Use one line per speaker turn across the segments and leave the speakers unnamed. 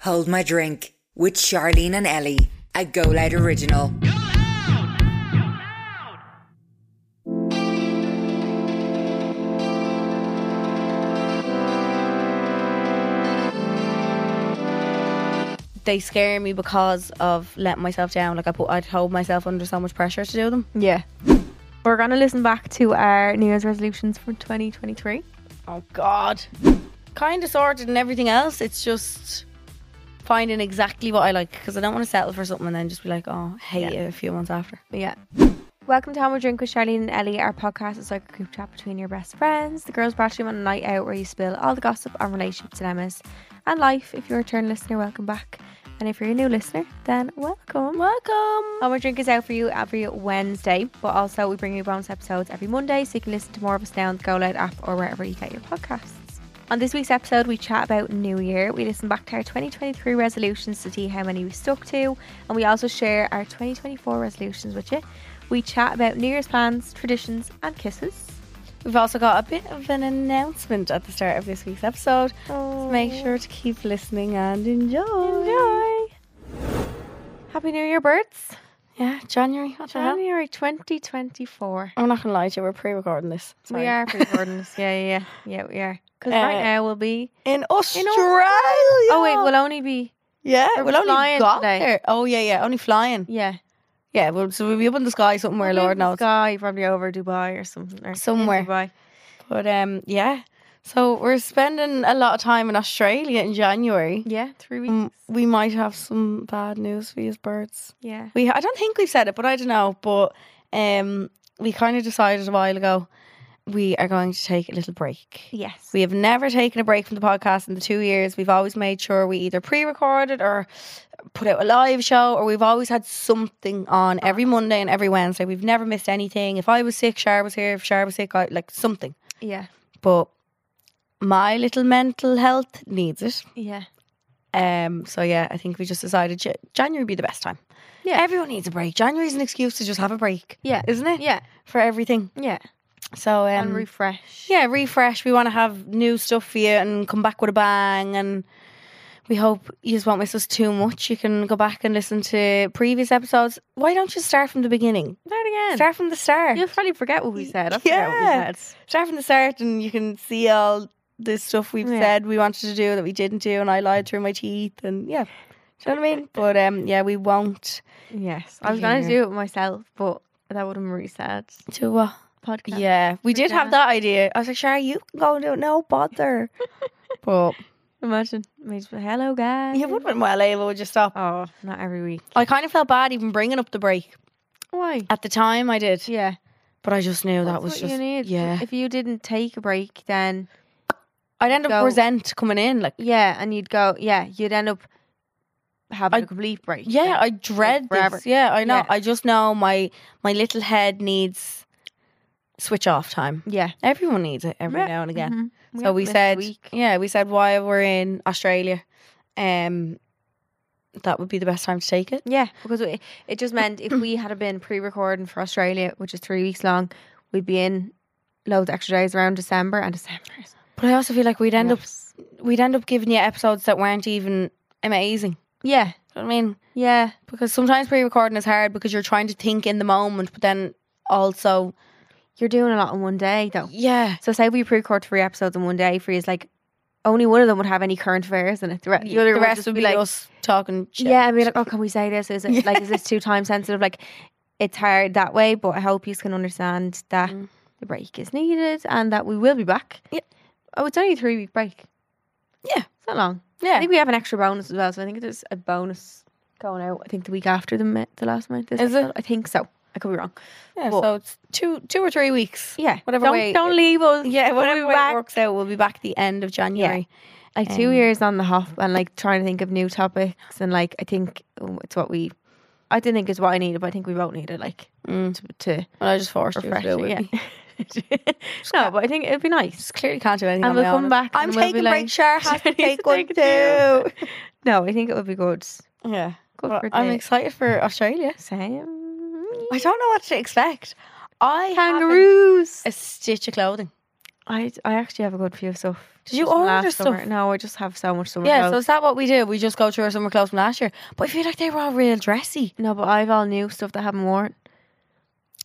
Hold My Drink with Charlene and Ellie, a Go Loud original.
They scare me because of letting myself down. Like I put, I'd hold myself under so much pressure to do them.
Yeah. We're going to listen back to our New Year's resolutions for 2023.
Oh God. Kind of sorted and everything else. It's just finding exactly what I like because I don't want to settle for something and then just be like, oh, hate it a few months after.
Yeah. Welcome to Home Drink with Charlene and Ellie. Our podcast is like a group chat between your best friends, the girls' bathroom on a night out where you spill all the gossip on relationship dilemmas and life. If you're a return listener, welcome back. And if you're a new listener, then welcome.
Welcome.
Home Drink is out for you every Wednesday, but also we bring you bonus episodes every Monday so you can listen to more of us now on the Go Loud app or wherever you get your podcasts. On this week's episode, we chat about New Year. We listen back to our 2023 resolutions to see how many we stuck to, and we also share our 2024 resolutions with you. We chat about New Year's plans, traditions, and kisses.
We've also got a bit of an announcement at the start of this week's episode. So make sure to keep listening and enjoy.
Enjoy. Happy New Year, birds!
Yeah, January. I don't know.
January 2024.
I'm not gonna lie to you. We're pre-recording this. Sorry.
We are pre-recording this. Yeah, yeah, yeah, yeah. We are because right
Uh,
now we'll be.
in Australia.
Oh wait, we'll only be.
yeah,
we're
we'll only
flying
got
today.
there. Oh yeah, yeah, only flying.
Yeah,
Yeah, well, so we'll be up in the sky somewhere, Lord knows.
Guy probably over Dubai or something. Or in
Somewhere.
Dubai.
But um, yeah. So we're spending a lot of time in Australia in January.
Yeah, three weeks.
Um, we might have some bad news for you, birds.
Yeah.
We I don't think we've said it, but I don't know. But um, we kind of decided a while ago we are going to take a little break.
Yes.
We have never taken a break from the podcast in the two years. We've always made sure we either pre-recorded or put out a live show, or we've always had something on every Monday and every Wednesday. We've never missed anything. If I was sick, Shar was here. If Shar was sick, I, like something.
yeah.
But my little mental health needs it.
Yeah.
Um, so yeah, I think we just decided Ja- January would be the best time.
Yeah.
everyone needs a break. January is an excuse to just have a break,
Yeah.
isn't it?
Yeah.
for everything.
Yeah.
So
and
um,
refresh.
yeah, refresh. We want to have new stuff for you and come back with a bang. And we hope you just won't miss us too much. You can go back and listen to previous episodes. Why don't you start from the beginning?
Start again.
Start from the start.
You'll probably forget what we said. I forget what
Yeah.
we said.
Start from the start, and you can see all this stuff we've
Yeah.
said we wanted to do that we didn't do, and I lied through my teeth, and yeah. Do you know what I mean? But um, yeah, we won't
Yes. I was going
Yeah.
to do it myself, but that would have been really sad.
do what
Podcast.
Yeah, we did have
Jenna.
that idea. I was like, Shara, you can go and do it. No bother. but
Imagine. We just- Hello, guys.
it would have been well able to just stop.
Oh, not every week.
I kind of felt bad even bringing up the break.
Why?
At the time, I did.
Yeah.
But I just knew that
That's
was
what
just.
you need.
Yeah.
If you didn't take a break, then
I'd end up
go-
resent coming in. Like,
yeah, and you'd go, yeah, you'd end up having
I-
a complete break.
yeah, I dread
forever.
this. Yeah, I know.
Yeah.
I just know my my little head needs switch off time.
yeah.
Everyone needs it every
Yeah.
now and again.
Mhm.
So
haven't
we
missed a
said,
week.
yeah, we said while we're in Australia, um, that would be the best time to take it.
Yeah, because it, it just meant if we had been pre-recording for Australia, which is three weeks long, we'd be in loads of extra days around December and December. is
But I also feel like we'd end up
nuts.
we'd end up giving you episodes that weren't even amazing.
Yeah,
Do you know what I mean?
yeah,
Because sometimes pre-recording is hard because you're trying to think in the moment, but then also,
you're doing a lot in one day though.
yeah,
So say we pre-record three episodes in one day for you, is like only one of them would have any current affairs in it. The, re- the other
the
would
rest
just
would
be
be
like,
us talking. Shit.
yeah, I'd be like, oh, can we say this? Is it
Yeah.
like is this too time sensitive? Like, it's hard that way, but I hope you can understand that
Mm.
the break is needed and that we will be back.
Yeah.
Oh, it's only a three week break.
Yeah.
it's not long. I
yeah.
think we have an extra bonus as well. So I think there's a bonus going out. I think the week after the mi- the last month.
Is it?
I think so. I could be wrong.
yeah.
but-
So it's two, two or three weeks.
Yeah.
Whatever
Don't,
way-
don't leave us.
Yeah, whatever
We'll
way
be
it
back.
works out, we'll be back the end of January.
Like two
Um,
years on the hop and like trying to think of new topics and like I think oh, it's what we. I didn't think it's what I needed, but I think we both needed like
Mm.
to, to
Well, I just forced you to
refresh
do it.
it.
with
Yeah.
me.
no, but I think it'd be nice.
Just clearly can't do anything.
And
on
we'll
my
come
own.
back
I'm
and we'll
taking
be
a break.
like,
Share has to
"Shirley needs
take
to
one
take two."
too.
No, I think it would be good.
Yeah.
Good
Well,
for
I'm
the-
excited for Australia.
Same.
I don't know what to expect. I haven't
Kangaroos.
a stitch of clothing.
I, I actually have a good few of stuff.
Did you
just from
order
last summer.
stuff?
No, I just have so much summer
Yeah, so
clothes.
is that what we did? We just go through our summer clothes from last year. But I feel like they were all real dressy.
no, but I've all new stuff that I haven't worn.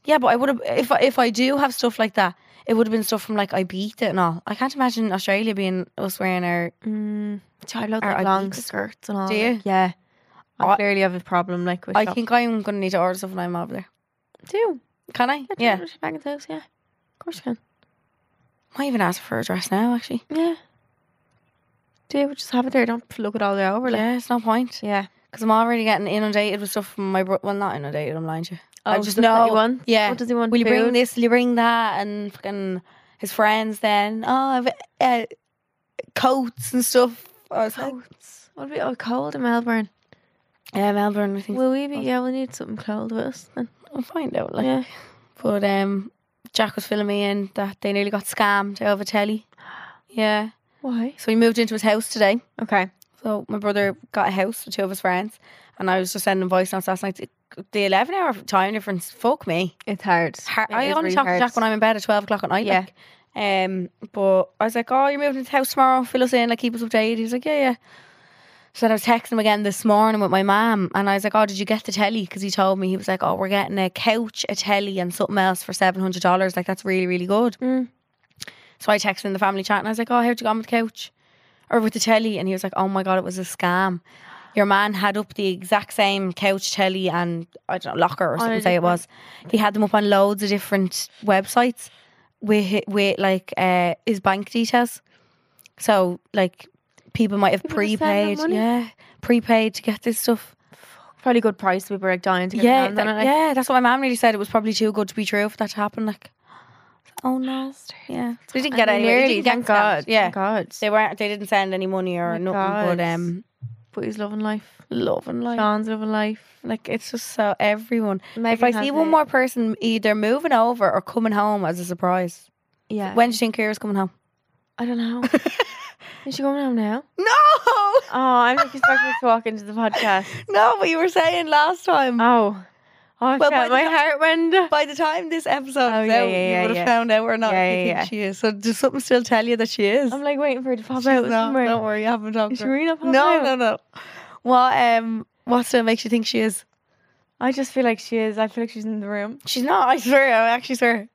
Yeah, but I would have if I, if I do have stuff like that, it would have been stuff from like Ibiza and all. I can't imagine Australia being us wearing our.
Mm, I love
Or
like
I'd
long
need to-
skirts and all.
Do you?
like, yeah. I
I-
clearly have a problem like with
I
shop-
think I'm gonna need to order stuff when I'm over there.
do.
Can I?
Yeah.
Yeah,
do it Back in the house, yeah. Of course you can.
I might even ask for a dress now. Actually,
Yeah. Do it, just have it there. Don't look it all the way over. Like,
yeah, it's no point
yeah.
because I'm already getting inundated with stuff from my bro- well, not inundated. I'm lying to you. I
Oh,
just
stuff that he
know.
wants?
Yeah.
What does he want?
Will you bring
Food?
this? Will you bring that? And fucking his friends then. Oh, I've uh, coats and stuff. I was like,
coats? What about oh, cold in Melbourne?
yeah, Melbourne. I think
Will we be? Yeah, we need something cold with us. Then.
I'll find out. Like,
Yeah.
but um, Jack was filling me in that they nearly got scammed over telly. Yeah,
Why?
so we moved into his house today.
Okay.
So my brother got a house with two of his friends, and I was just sending voice notes last night. The eleven hour time difference. Fuck me.
It's hard.
Har- I only talk to Jack when I'm in bed at twelve o'clock at night.
Yeah.
like. Um, but I was like, "Oh, you're moving to the house tomorrow. Fill us in. Like, keep us updated." He was like, "Yeah, yeah." So then I was texting him again this morning with my mum, and I was like, "Oh, did you get the telly?" Because he told me he was like, "Oh, we're getting a couch, a telly, and something else for seven hundred dollars. Like, that's really, really good."
Mm.
So I texted in the family chat, and I was like, "Oh, how'd you go on with the couch, or with the telly?" And he was like, "Oh my god, it was a scam." Your man had up the exact same couch, telly, and I don't know locker or
a
something. Say it
different-
was. He had them up on loads of different websites with hi- with like uh, his bank details. So like people might have
People just send them
prepaid,
money.
yeah, prepaid to get this stuff.
Probably good price. We were like dying to get
yeah,
it on, then,
that-
like,
yeah, that's what my mum really said. It was probably too good to be true for that to happen. Like, oh no, yeah, so we didn't
And
get
we
any. Nearly,
nearly,
didn't get
thank God.
scammed. yeah.
Thank God.
They weren't. They didn't send any money or
Thank
nothing.
God.
But um,
But he's loving life.
love and life.
Sean's loving life.
Like it's just so everyone. if
Megan
I see
has
one
it.
more person either moving over or coming home as a surprise,
Yeah.
when do you think Kira's coming home?
I don't know. Is she going home now?
No,
Oh, I'm like expecting to walk into the podcast.
no. But you were saying last time.
Oh. Oh, I
Well, by
felt my
the-
heart went.
by the time this episode
Oh,
is
yeah,
out,
yeah, yeah,
you would have
yeah.
found out or not
Yeah,
you
yeah,
think
yeah.
she is. So does something still tell you that she is?
I'm like waiting for her to pop
She's
out
not.
somewhere.
Don't worry, I haven't talked
Is
to her.
Serena popping
No,
out?
no, no. What um what still makes you think she is?
I just feel like she is. I feel like she's in the room.
She's not, I swear, I actually swear.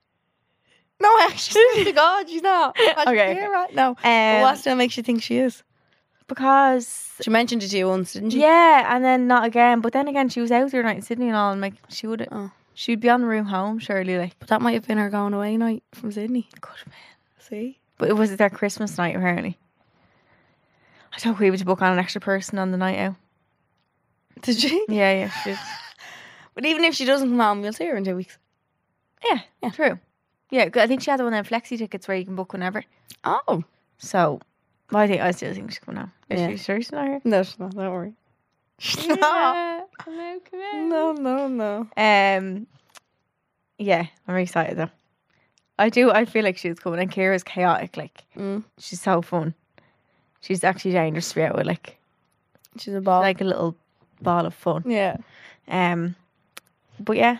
No, I actually swear to God, she's not. I swear
Okay, okay.
right now.
Um,
what still makes you think she is?
Because
She mentioned it to you once, didn't she?
yeah, and then not again. But then again, she was out the other night in Sydney and all, and like she would,
Oh.
she'd be on the room home surely. Like,
But that might have been her going away night from Sydney.
good man.
See?
But it was their Christmas night apparently. I told Weeba to book on an extra person on the night out.
Did she?
Yeah, yeah, she did.
But even if she doesn't come home, you'll see her in two weeks.
yeah, true. Yeah, 'cause I think she had one of them flexi tickets where you can book whenever.
Oh.
So, well, I think I still think she's coming home. Is
Yeah.
she sure she's not here?
No, she's not, don't worry. She's not.
Yeah, come out, come out.
No, no, no.
Um, yeah, I'm really excited though. I do. I feel like she's coming, and Kira's chaotic. Like
Mm.
she's so fun. She's actually dangerous to be out with. Like
She's a ball.
like a little ball of fun.
yeah.
Um, but yeah,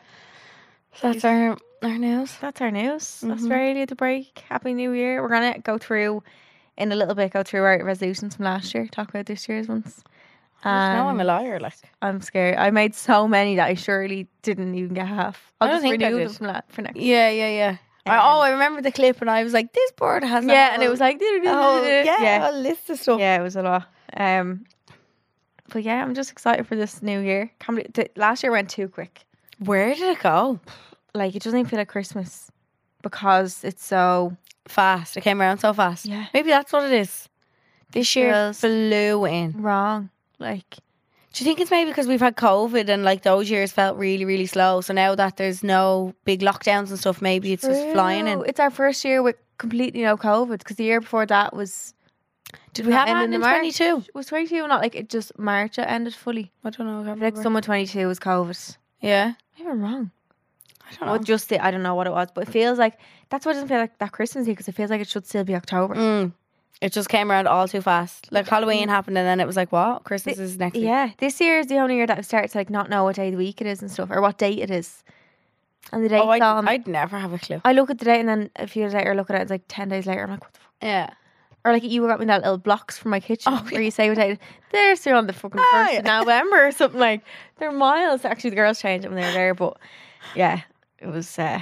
That's our our news.
that's our news.
Mm-hmm.
That's really the break. Happy New Year. We're gonna go through in a little bit. Go through our resolutions from last year. Talk about this year's ones.
now I'm
And
a liar. Like
I'm scared. I made so many that I surely didn't even get half. I'll
I don't
just
think I
renew
did.
them from la- for next.
yeah, yeah, yeah. I, oh, I remember the clip, and I was like, "This board has
Um, Yeah, and it was like
oh yeah, a
yeah,
list of stuff.
yeah, it was a lot. Um, but yeah, I'm just excited for this new year. Can't believe- th- last year went too quick.
Where did it go?
Like it doesn't even feel like Christmas because it's so
Fast. It came around so fast.
Yeah.
maybe that's what it is. This year
Feels-
flew in.
wrong. Like
Do you think it's maybe because we've had COVID and like those years felt really, really slow? So now that there's no big lockdowns and stuff, maybe it's just flying in.
True. It's our first year with completely no COVID because the year before that was
Did we have
Not
that
ending
in
in March.
twenty two?
was 22 not like it just March it ended fully.
I don't know. I can't
Like
remember.
summer 22 was COVID.
yeah,
Maybe I'm wrong.
I don't
Or
know.
just the, I don't know what it was, but it feels like that's why it doesn't feel like that Christmas because it feels like it should still be October.
Mm. It just came around all too fast. Like Halloween happened, and then it was like, "What? Christmas is next." week.
Yeah, this year is the only year that I've started to like not know what day of the week it is and stuff or what date it is. and the date's
Oh, I'd,
on. I,
I'd never have a clue.
look at the date and then a few days later, I look at it. It's like ten days later. I'm like, what the fuck?
Yeah.
Or like you got me that little blocks from my kitchen
Oh,
where you say, potato. they're still on the fucking
Ah,
first of
yeah.
November or something like. They're miles. Actually, the girls changed it when they were there, but yeah, it was. uh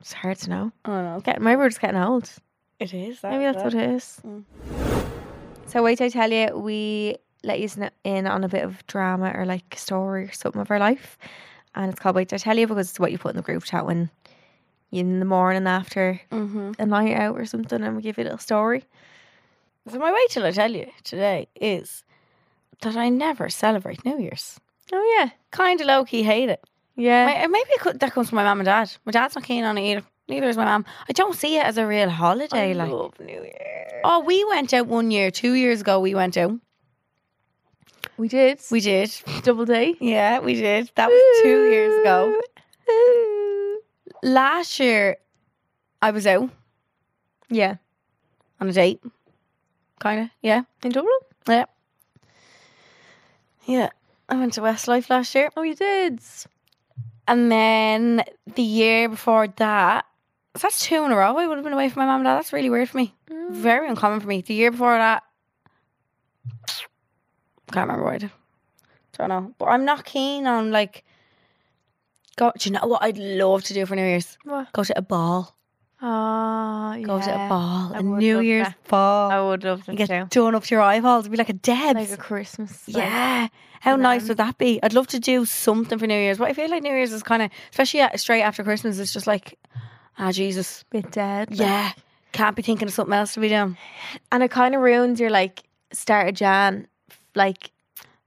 It's hard to know.
Oh no,
Get maybe we're just getting old.
it is.
Maybe that's what it is.
Mm.
So wait till I tell you, we let you sn- in on a bit of drama or like a story or something of our life, and it's called wait till I tell you because it's what you put in the group chat when you in the morning after
Mm-hmm.
a night out or something, and we give you a little story.
So my way till I tell you today is that I never celebrate New Year's.
Oh yeah,
Kind of low key hate it.
yeah.
My- maybe it could, that comes from my mum and dad. My dad's not keen on it either. Neither is my mum. I don't see it as a real holiday. like,
love New Year.
oh, we went out one year, two years ago. We went out.
We did.
We did.
double day.
Yeah, we did. That was two years ago. Last year, I was out
Yeah,
on a date. Kind of. Yeah.
in Dublin.
Yeah. Yeah. I went to Westlife last year.
Oh, you did.
And then the year before that, so that's two in a row. I would have been away from my mum and dad. That's really weird for me.
Mm.
Very uncommon for me. The year before that, can't remember what I did. Don't know. But I'm not keen on like. Go, do you know what I'd love to do for New Year's?
What?
Go to a ball.
Oh, yeah.
Go to a ball.
I
A
would
New
love
Year's
that.
ball.
I would love
and
them
get
too.
done up to your eyeballs. Be like a Debs.
Like a Christmas. like-
Yeah. How
And
nice
then-
would that be? I'd love to do something for New Year's. But I feel like New Year's is kind of, especially at, straight after Christmas, it's just like, ah, Jesus.
bit dead. like-
Yeah. Can't be thinking of something else to be doing.
And it kind of ruins your like start of Jan, like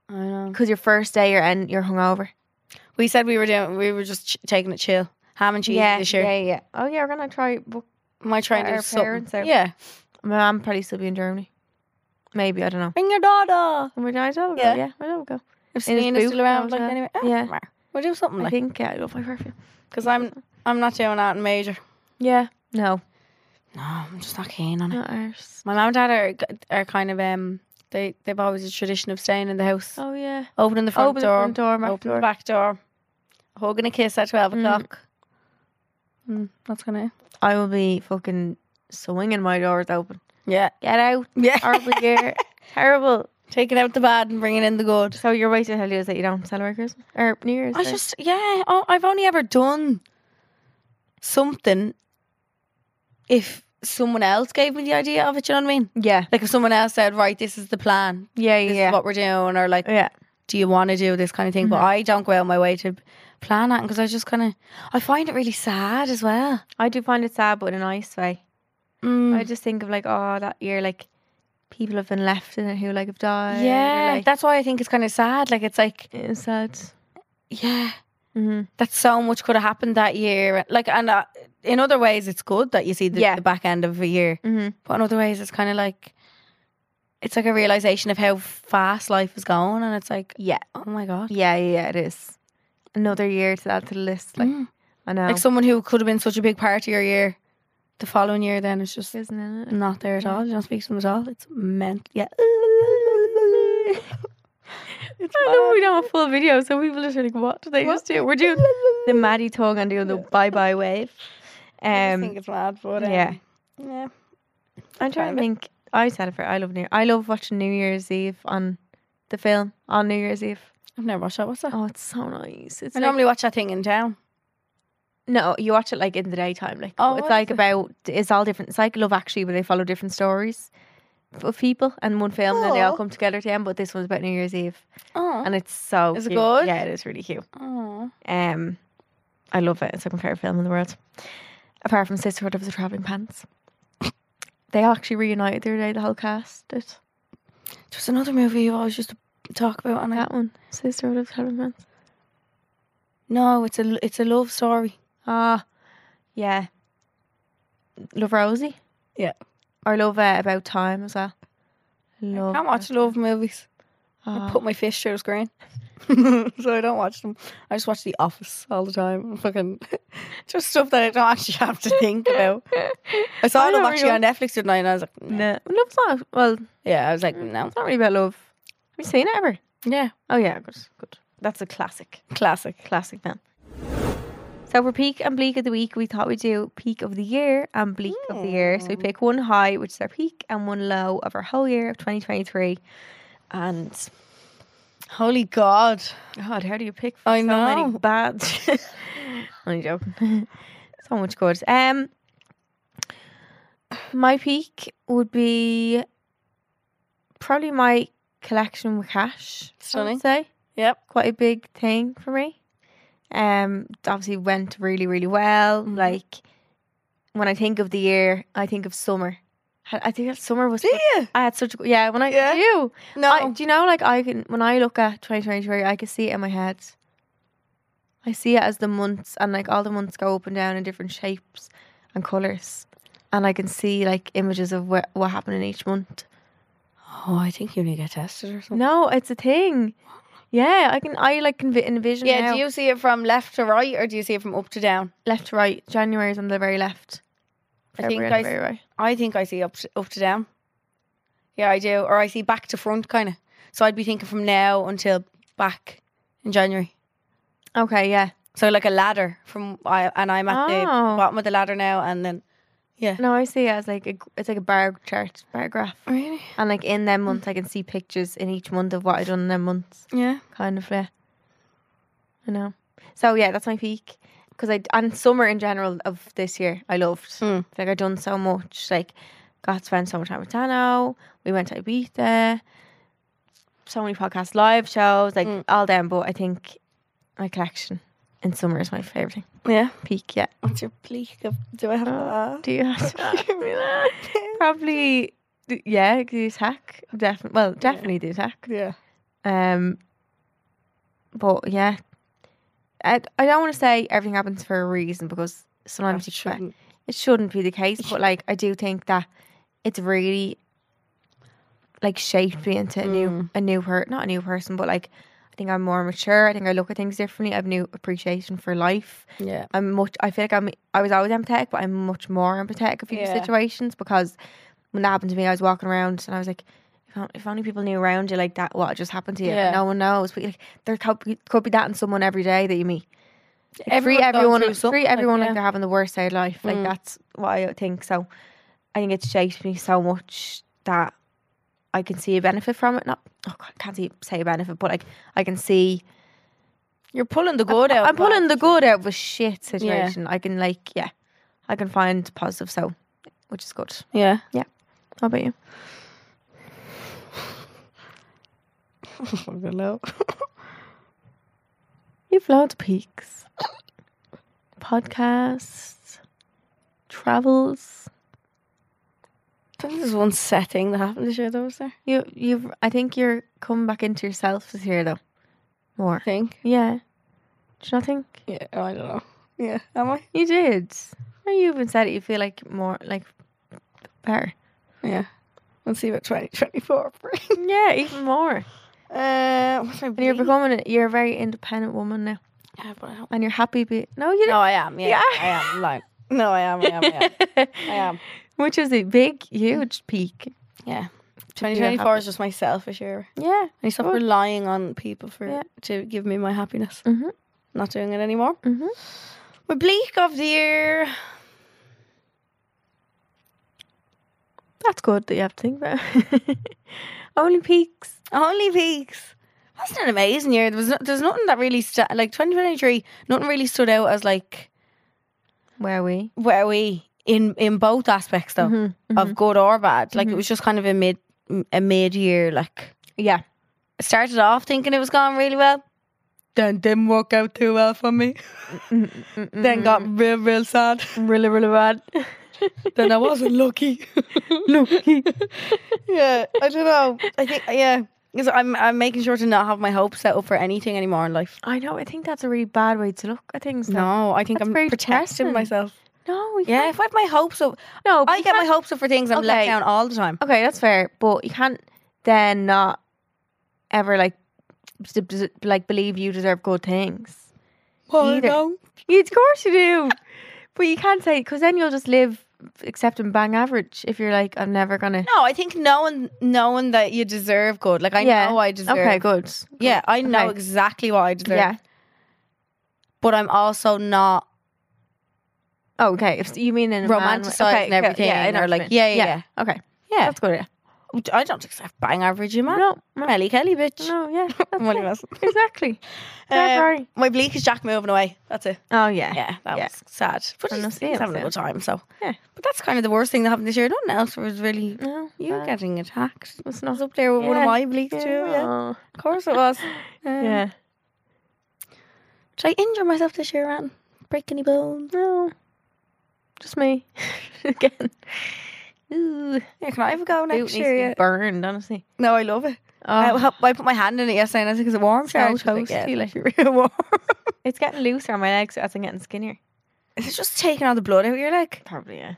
I know.
because your first day you're and you're hungover.
We said we were doing, we were just ch- taking it chill. Ham and cheese this year.
yeah, yeah. Oh yeah, we're gonna try. Book.
Might try and
Our
do something.
parents out.
Yeah.
My mum probably still be in Germany. Maybe I don't know.
Bring your daughter.
And we're going to go.
Yeah.
Yeah, we're going to go.
If
In his
Selena's
boot
still around,
as
like
well.
anyway.
Yeah.
yeah. We'll do something
I
like
think yeah, I love my perfume.
Because I'm, I'm not doing that in major.
Yeah. No.
No, I'm just not keen on it.
Not ours.
My mum and dad are, are kind of, um, they, they've always a tradition of staying in the house.
Oh yeah.
Opening the front
Open the
door.
front door, back
open
door.
the back door. Hugging a kiss at 12
Mm.
o'clock. Mm, that's going to.
I will be fucking swinging my doors open.
Yeah.
Get out.
Yeah.
Horrible year. Terrible.
Taking out the bad and bringing in the good.
So your way to tell you is that you don't celebrate Christmas or New Year's.
I
sorry.
just, yeah, oh, I've only ever done something if someone else gave me the idea of it, do you know what I mean?
yeah,
Like if someone else said, right, this is the plan,
yeah,
this
yeah,
is what we're doing, or like,
yeah.
do you want to do this kind of thing? But I don't go out my way to plan that because I just kind of, I find it really sad as well.
I do find it sad, but in a nice way.
Mm.
I just think of like, oh, that year, like people have been left in it who like have died. or,
Yeah,
like,
that's why I think it's kind of sad. Like it's like,
it's sad.
yeah,
Mm-hmm.
that so much could have happened that year. Like, and uh, in other ways, it's good that you see the,
Yeah.
the back end of a year,
Mm-hmm.
but in other ways, it's kind of like, it's like a realization of how fast life is going, and it's like,
Yeah,
oh my god,
yeah, yeah, yeah. It is another year to add to the list. Like
Mm.
I know,
like someone who could have been such a big part of your year, the following year, then it's just
isn't it?
not there at all. You don't speak to them at all. It's meant, yeah.
I know we don't have full video, so people just are like, what do they just do? We're doing the Maddie tongue and doing the bye bye wave.
I
Um,
just think it's mad, but um,
yeah.
yeah.
I'm trying
Kind
to
of.
think. I celebrate. I love New. I love watching New Year's Eve on the film on New Year's Eve.
I've never watched that. What's that?
Oh, it's so nice. It's
I
like,
normally watch that thing in town.
no, you watch it like in the daytime. Like
Oh,
it's
what
like
is it?
about it's all different. It's like Love Actually, but they follow different stories of people and one film, and then they all
Aw.
come together at the end. But this one's about New Year's Eve,
Oh,
and it's so.
Is it
cute.
good?
Yeah, it is really cute.
oh.
Um, I love it. It's like my favorite film in the world, apart from Sisterhood of the Traveling Pants. They actually reunited the other day. The whole cast did.
Just another movie you always used to talk about, and I
That one, Sisterhood of the Traveling Pants.
no, it's a it's a love story.
Ah, yeah. Love Rosie.
Yeah.
Or love uh, About Time as well. Love.
I can't watch love movies. I
Ah.
put my fish through the screen, so I don't watch them. I just watch The Office all the time. Fucking just stuff that I don't actually have to think about. I saw
I
Love
don't
actually on Netflix the other night, and I was like, no.
No, love's not. Well, it's
yeah, I was like, no,
not really about love. Have you seen it ever?
yeah,
Oh yeah, good, good. That's a classic,
classic.
classic film. So for peak and bleak of the week, we thought we'd do peak of the year and bleak of the year. So
Hmm.
we pick one high, which is our peak, and one low of our whole year of 2023. And
Holy God.
God, how do you pick
I
so many
know.
bad? Only joking. so much good. Um, my peak would be probably my collection with cash. I
Stunning.
would say
Yep.
quite a big thing for me. Um, it obviously went really, really well.
Mm-hmm.
Like when I think of the year, I think of summer. I I think that summer was.
Do you?
I had such a yeah. When I
Yeah.
do,
No.
I, do you know like I can when I look at 2023, I can see it in my head. I see it as the months and like all the months go up and down in different shapes and colors, and I can see like images of what what happened in each month.
oh, I think you need to get tested or something.
No, it's a thing. Yeah, I can. I like can vi- envision.
Yeah,
now.
do you see it from left to right or do you see it from up to down?
left to right. January is on the very left.
I think
February
I
on the
s-
very right.
I think I see up to, up to down. Yeah, I do. Or I see back to front kind of. So I'd be thinking from now until back in January.
Okay, yeah.
So like a ladder from I and I'm at the
Oh.
bottom of the ladder now and then
No, I see it as like a, gr- it's like a bar chart, bar graph,
Really?
and like in them months, I can see pictures in each month of what I done in them months,
Yeah.
kind of. Yeah, I know. So yeah, that's my peak. Because I and summer in general of this year, I loved.
Mm.
Like I done so much. Like got to spend so much time with Dano. We went to Ibiza. So many podcast live shows, like
Mm.
all them. But I think my collection in summer is my favorite thing.
Yeah. Oh.
Peak, yeah.
What's your bleak of do I have that?
Do you have to give me that? Probably, th- yeah, the attack. Definitely, well, definitely the attack.
Yeah.
Um, but yeah, I, I don't want to say everything happens for a reason because sometimes you shouldn't. it shouldn't be the case. But like, I do think that it's really like shaped me into a new a new per not a new person, but like I think I'm more mature. I think I look at things differently. I have new appreciation for life.
Yeah.
I'm much. I feel like I'm. I was always empathetic, but I'm much more empathetic of people's
Yeah.
situations because when that happened to me, I was walking around and I was like, if, on- if only people knew around you like that, what just happened to you?
Yeah.
No one knows. But like, there could be, could be that in someone every day that you meet. Like, free
Everyone's going
everyone,
through something,
free everyone like
yeah. Mm.
they're having the worst day of life. Like that's what I think. So I think it's shaped me so much that I can see a benefit from it. Not, oh God, I can't see, say a benefit, but like I can see
You're pulling the good out.
I'm
but-
pulling the good out of a shit situation. I can like, yeah, I can find positive, so which is good.
Yeah.
How about you? You've loads of peaks, podcasts, travels.
I think there's one set thing that happened this year though, was there?
You, you've. I think you're coming back into yourself this year, though. More.
I think.
Yeah. Do you not think
Yeah, oh, I don't know. Yeah, am I?
you did? Or you even said it. You feel like more like better.
Yeah. Let's see what 2024 brings.
Yeah, even more.
Uh, what's my
And you're
bleak?
becoming. A, you're a very independent woman now.
Yeah, but I don't-
and you're happy. Be- no, you
No, I am. Yeah,
Yeah.
I am. Like, no, I am. I am. I am.
don't.
I am.
Which is a big, huge peak.
Yeah.
be
2024
happy.
is just my selfish year.
Yeah.
I stop
Good.
relying on people for
Yeah.
to give me my happiness.
Mhm.
Not doing it anymore.
Mhm.
My bleak of the year.
That's good that you have to think about. Only peaks.
Only peaks. Wasn't an amazing year? There was no, there's nothing that really sta like 2023. Nothing really stood out as like
Where we?
where we in in both aspects though
Mhm,
of good or bad. Like it was just kind of a mid a mid year. Like
Yeah.
I started off thinking it was going really well. Then didn't work out too well for me. Then got real, real sad.
Really, really bad.
then I wasn't lucky.
Lucky.
yeah, I don't know. I think yeah, because I'm I'm making sure to not have my hopes set up for anything anymore in life.
I know. I think that's a really bad way to look at things. though.
No, I think
That's
I'm
very
protecting
depressing.
myself.
No. You
Yeah,
Can't.
if I have my hopes up,
No. but
I
you
get my
can't-
hopes up for things I'm let
Okay.
down all the time.
Okay, that's fair. But you can't then not ever like d- d- like believe you deserve good things.
Well,
Either. Yeah, of course you do. But you can't say because then you'll just live accepting bang average if you're like I'm never gonna.
No, I think knowing knowing that you deserve good. Like I know I deserve.
Okay, good.
Yeah, I know
Okay.
exactly what I deserve.
Yeah,
But I'm also not
Oh, okay. If you mean in a man-
Romanticized
okay,
and
yeah,
everything,
Yeah, I know
or
what you
like-
mean.
yeah, yeah,
Okay.
Yeah.
That's good. Yeah.
I don't accept bang average, you man.
No,
Melly Kelly, bitch.
No, yeah. that's
Molly
it.
Wilson.
Exactly.
Um,
February.
my bleak is Jack moving away. That's it.
Oh, yeah.
Eh, Yeah, that
Yeah.
was sad. But
I
he's,
know, see,
he's
it was
having a
sad.
good time, so.
Yeah.
But that's kind of the worst thing that happened this year. Nothing else was really.
No,
You
bad.
getting attacked.
It's not
was up there with one
Yeah.
of my bleaks too. Yeah,
Oh,
of course it was. Um,
yeah.
Did I injure myself this year, Ran? Break any bones?
No. Just me. Again. Ooh.
Yeah, can I have a go
Boot needs
next
to
year?
be
Yeah.
burned, honestly.
No, I love it. I,
Oh,
I put my hand in it yesterday and I think Um, it's warm.
Sorry,
Sarah,
she's like,
toasty,
yeah.
like, real warm.
it's getting looser on my legs as I'm getting skinnier.
It's just taking all the blood out of your leg,
Probably, yeah.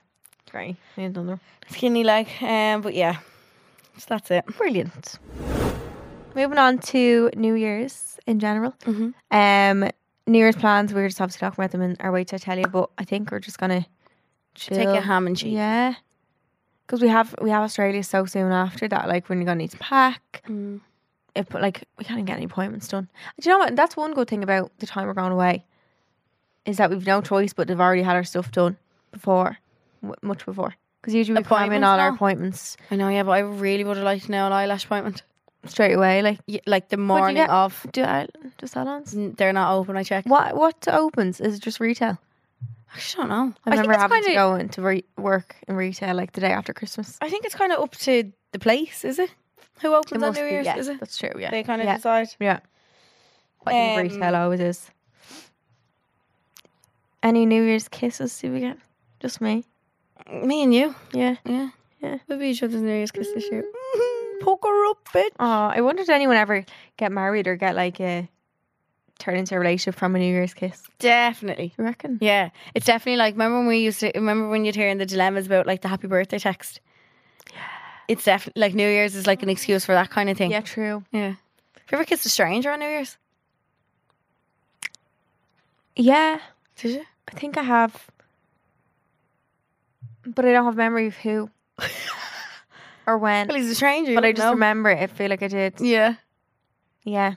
Great. I don't know.
skinny leg. Um, but yeah, so that's it.
Brilliant. Moving on to New Year's in general.
Mhm.
Um, New Year's plans, we were just obviously talking about them in our way to tell you, but I think we're just going to chill.
Take a ham and cheese.
Yeah. Because we have we have Australia so soon after that, like when you're gonna need to pack.
Mm.
If but like we can't even get any appointments done. Do you know what? That's one good thing about the time we're going away, is that we've no choice but to have already had our stuff done before, w- much before. Because usually we cram in
Appointments
all our
now?
appointments
I know, yeah, but I really would have liked to know an eyelash appointment,
straight away. Like
Y- like the morning
get?
of.
do I do salons?
N- They're not open. I checked.
What what opens? Is it just retail?
I just don't know.
I remember
think it's
having
kinda,
to go into re- work in retail like the day after Christmas.
I think it's kind of up to the place, is it? Who
It
opens on
must
New
be,
Year's?
yeah,
Is it?
That's true. Yeah.
They kind of
yeah.
decide.
Yeah. What um,
Um,
retail always is. Any New Year's kisses do we get? Just me.
Me and you.
Yeah.
Yeah.
Yeah.
We'll be each other's New Year's kiss this year. Poke her up, bitch.
Oh, I wonder did anyone ever get married or get like a turn into a relationship from a New Year's kiss?
Definitely.
You reckon?
Yeah. It's definitely like, remember when we used to, remember when you'd hear in the dilemmas about like the happy birthday text? It's definitely like New Year's is like an excuse for that kind of thing.
Yeah, true.
Yeah. Have you ever kissed a stranger on New Year's?
Yeah,
Did you?
I think I have, but I don't have memory of who or when.
Well, he's a stranger. you
But I
wouldn't
just
know.
remember it. I feel like I did.
Yeah.
Yeah,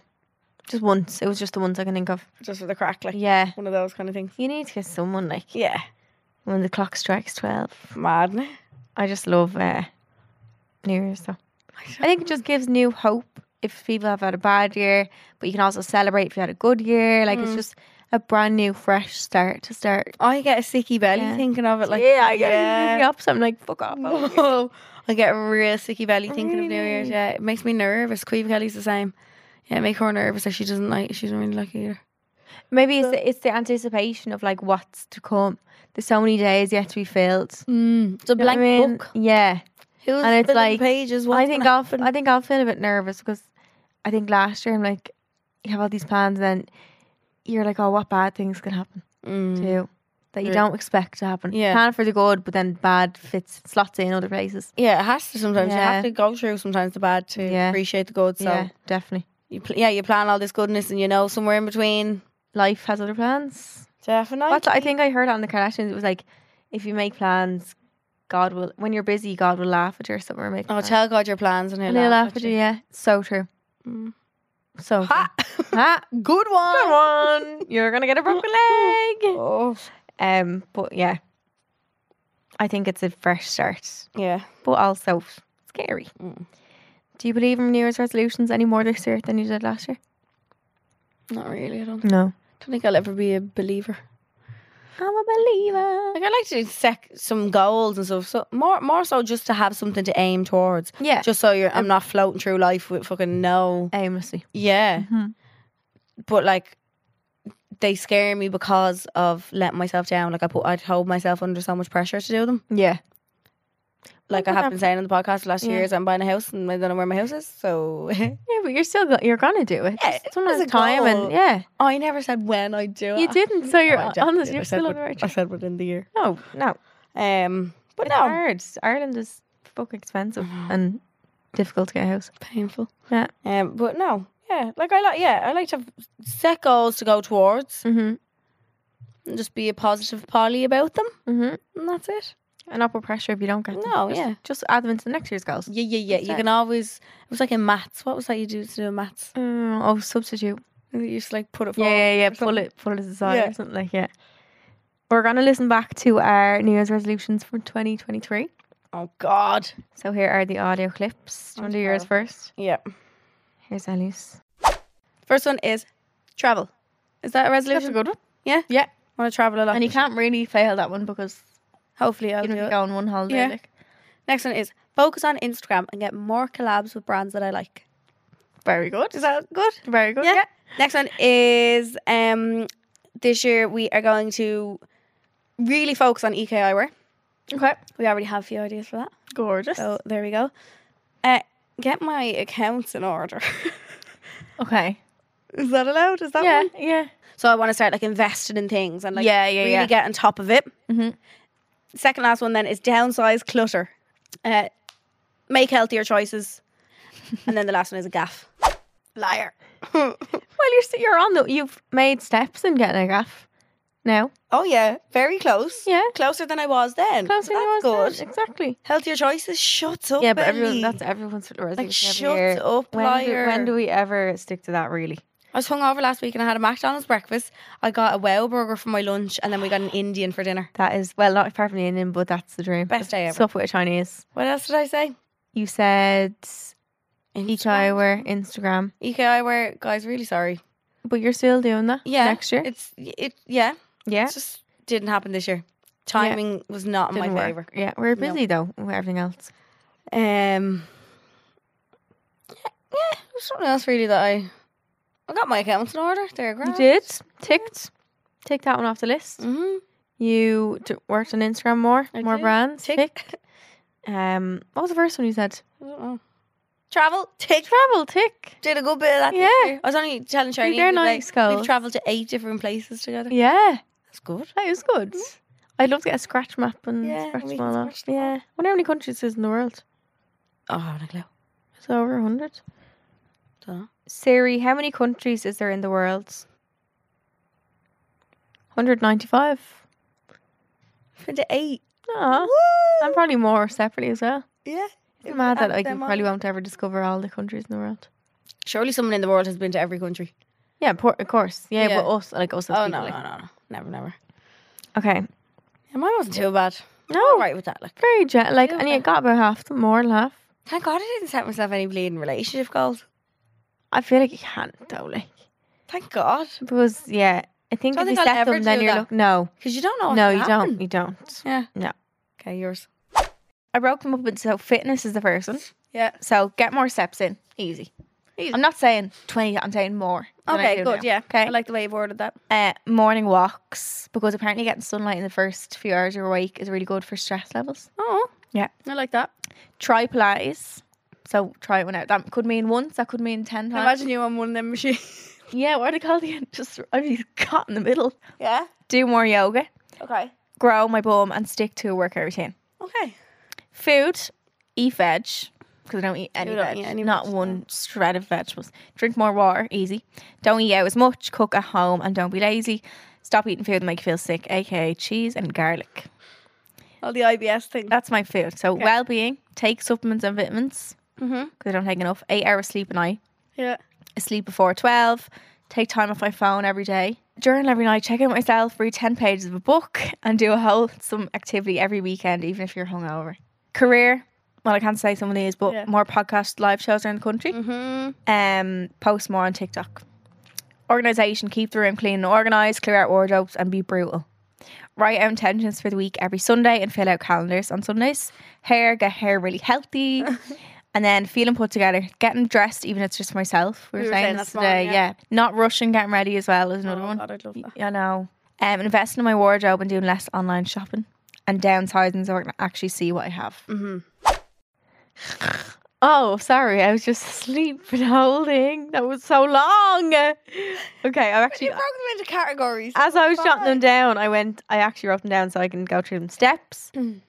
just once. It was just the ones I can think of.
Just for the crack, like
Yeah,
one of those kind of things.
you need to kiss someone like
Yeah.
when the clock strikes twelve.
Mad. innit?
I just love uh, New Year's though. I think it just gives new hope if people have had a bad year, but you can also celebrate if you had a good year. Like it's just a brand new, fresh start to start.
I get a sicky belly
Yeah.
thinking of it. Like,
yeah.
yeah.
up. So I'm like, fuck off.
Oh, No. I get a real sicky belly thinking of New Year's.
Really?
Yeah, it makes me nervous. Queen Kelly's the same. Yeah, it make her nervous. Like she doesn't like. She doesn't really like it either.
Maybe it's the, it's the anticipation of like what's to come. There's so many days yet to be filled.
Mm, it's a
You know what
blank
I mean?
book.
Yeah,
Who's
and
filling
it's
the
like-
pages.
I
What's
think
gonna
I'll
happen?
I think I'll feel a bit nervous because I think last year I'm like, you have all these plans, and then you're like, oh, what bad things can happen.
Mm.
too that you
Yeah.
don't expect to happen.
Yeah.
Plan for the good, but then bad fits slots in other places.
Yeah, it has to sometimes. You
Yeah.
have to go through sometimes the bad to
Yeah.
appreciate the good. So
yeah, definitely.
you pl- yeah, you plan all this goodness, and you know somewhere in between.
Life has other plans.
Definitely.
That's, I think I heard on the Kardashians. It was like, if you make plans, God will. When you're busy, God will laugh at you. or something. or make
Oh,
plans.
tell God your plans, and he'll,
and he'll laugh at you. Yeah, so true.
Mm.
So
Ha!
true. oh, ha,
Good one.
come on, you're gonna get a broken leg.
Oh.
Um, but yeah, I think it's a fresh start,
Yeah.
but also scary.
Mm.
Do you believe in New Year's resolutions any more this year than you did last year?
Not really. I don't. Think,
No.
don't think I'll ever be a believer.
I'm a believer.
Like I like to set some goals and stuff. So more, more so just to have something to aim towards.
Yeah.
Just so you're, I'm not floating through life with fucking no.
aimlessly.
Yeah.
Mhm.
But like, they scare me because of letting myself down. Like I put, I'd hold myself under so much pressure to do them.
Yeah.
Like I
Well,
have
that-
been saying on the podcast the last few
Yeah.
years, I'm buying a house and I don't know where my house is. So
Yeah, but you're still go- you're gonna do it.
Yeah,
Just
it
sometimes
was a
time
goal.
and yeah,
I never said when I do it.
you didn't. So you're
No, I definitely
honest.
did.
You're
I said
still
what-
on the right
I
track.
said within the year.
No, no.
Um, but
It's
no,
hard. Ireland is fucking expensive and difficult to get a house.
painful.
Yeah.
Um, but no, yeah, like I like, yeah, I like to have set goals to go towards
Mhm.
and just be a positive Polly about them,
Mhm.
and that's it.
And upper pressure if you don't get. them.
No,
Just-
yeah.
Just add them into the next year's goals.
Yeah, yeah, yeah. You
Set.
can always. It was like in maths. What was that you do to do in maths?
Mm, oh, substitute. Oh,
You just like put it
Yeah,
forward.
yeah, yeah.
or something.
Pull it, pull it aside
Yeah.
or something like yeah. We're going to listen back to our New Year's resolutions for 2023.
Oh God.
So here are the audio clips. Do you want to do yours first?
Yeah.
Here's Ellie's.
First one is travel. Is that a resolution?
good one.
Yeah.
Yeah.
Want to travel a lot.
And you can't really fail that one because
Hopefully, I'll
you
do
don't
it.
go on one holiday.
Yeah.
Like.
Next one is focus on Instagram and get more collabs with brands that I like.
Very good.
Is that good?
Very good.
Yeah. Next one is um this year we are going to really focus on EK eyewear.
Okay.
We already have a few ideas for that.
Gorgeous.
So there we go. Uh, get my accounts in order.
Okay.
is that allowed? Is that
Yeah.
one?
Yeah.
So I want to start like investing in things and like
Yeah, yeah,
really
yeah.
get on top of it.
Mhm.
Second last one then is downsize clutter. Uh, make healthier choices. and then the last one is a gaff. Liar. Oh,
Well, you're s- you're on the you've made steps in getting a gaff. Now
Oh yeah, very close.
Yeah.
closer than I was then.
closer
so
than
that's
it was
good.
then. Exactly.
Healthier choices. Shut up.
Yeah, but everyone
Ellie.
that's everyone's resolution every
shut
year.
up,
when Do,
liar.
when do we ever stick to that? Really?
I was hungover last week and I had a McDonald's breakfast. I got a wow burger for my lunch, and then we got an Indian for dinner.
That is well, not apart from the Indian, but that's the dream.
Best day ever.
Stop with a Chinese.
What else did I say?
You said each
Instagram.
eyewear Instagram,
EK eyewear, guys. Really sorry.
but you're still doing that.
Yeah,
Next year.
It's it. Yeah,
yeah.
it just didn't happen this year. Timing was not in
Didn't
my
work.
favor.
Yeah,
No.
we're busy though with everything else.
Um. yeah, Yeah, there's something else really that I. I got my accounts in order. They're great.
You did ticked. Oh, Take that one off the list.
Mm-hmm.
You d- worked on Instagram more,
I
more
did.
brands.
Tick.
Tick. Um, what was the first one you said?
I don't know. Travel, tick.
Travel tick.
Did a good bit of that. this
Yeah.
year. I was only telling Charlene.
they're
we've, like,
nice goals.
We've travelled to eight different places together.
Yeah,
That's good.
that is good. I'd love to get a scratch map and
Yeah,
Mm, scratch
we
them
can
all
scratch
off.
them all.
Yeah, wonder how many countries there's in the world.
Oh, I have no clue.
It's over hundred.
Dunno.
Siri, how many countries is there in the world? Hundred ninety-five.
I've been to eight.
Aw, and probably more separately as well.
Yeah.
It's mad that
add
like you
them
probably
on.
won't ever discover all the countries in the world.
Surely someone in the world has been to every country.
Yeah, por- of course. Yeah,
Yeah.
but us, like us as
Oh
people.
no,
like-
no, no, no, never, never.
Okay.
Yeah, mine wasn't too bad.
No,
I'm all right with that. Like,
very jet. Like, and
Yeah.
you got about half, more than half.
thank God I didn't set myself any bleeding relationship goals.
I feel like you can't though, like
Thank God,
because yeah, I think
Don't
if you
think I'll
set
ever
them, then
do
you're
that.
look no,
because you don't know. what
no,
can
you
happen.
don't, you don't.
Yeah.
No.
Okay, yours.
I broke them up with so fitness is the first one.
Yeah.
So get more steps in, easy.
Easy.
I'm not saying twenty. I'm saying more. than I
Okay,
do
good.
now,
Yeah.
Okay.
I like the way you've ordered that.
uh, morning walks because apparently getting sunlight in the first few hours you're awake is really good for stress levels.
Oh.
Yeah.
I like that.
Try Pilates. So try it one out. That could mean once. That could mean ten times.
Imagine you on one of them machines.
Yeah, what are they called again? Just I'd be caught in the middle.
yeah.
Do more yoga,
Okay.
grow my bum, and stick to a workout routine.
Okay.
Food, eat veg because I don't eat any
You don't
veg,
eat any
not
veg,
one shred of vegetables. Drink more water, easy. Don't eat out as much. Cook at home, and don't be lazy. Stop eating food that make you feel sick, aka cheese and garlic.
All the IBS things.
That's my food. So well being, take supplements and vitamins
Mm-hmm.
because I don't take enough. Eight hours sleep a night.
Yeah.
Sleep before 12, take time off my phone every day, journal every night, check out myself, read 10 pages of a book, and do a whole some activity every weekend, even if you're hungover. Career, well, I can't say some of these, but
Yeah.
more podcast live shows around the country.
Mm-hmm.
Um, post more on TikTok. Organization, keep the room clean and organized, clear out wardrobes, and be brutal. Write out intentions for the week every Sunday and fill out calendars on Sundays. Hair, get hair really healthy. and then feeling put together, getting dressed, even if it's just myself. We were,
We were
saying,
saying
this
this
today.
morning,
yeah.
yeah.
Not rushing, getting ready as well is another
Oh,
one.
God, I'd love that.
I know. Um, investing in my wardrobe and doing less online shopping and downsizing so I can actually see what I have.
Mm-hmm.
Oh, sorry, I was just asleep for the whole thing. That was so long. Okay, I
You
actually,
broke them into categories.
as I was jotting them down, I went, I actually wrote them down so I can go through them. Steps.
Mm.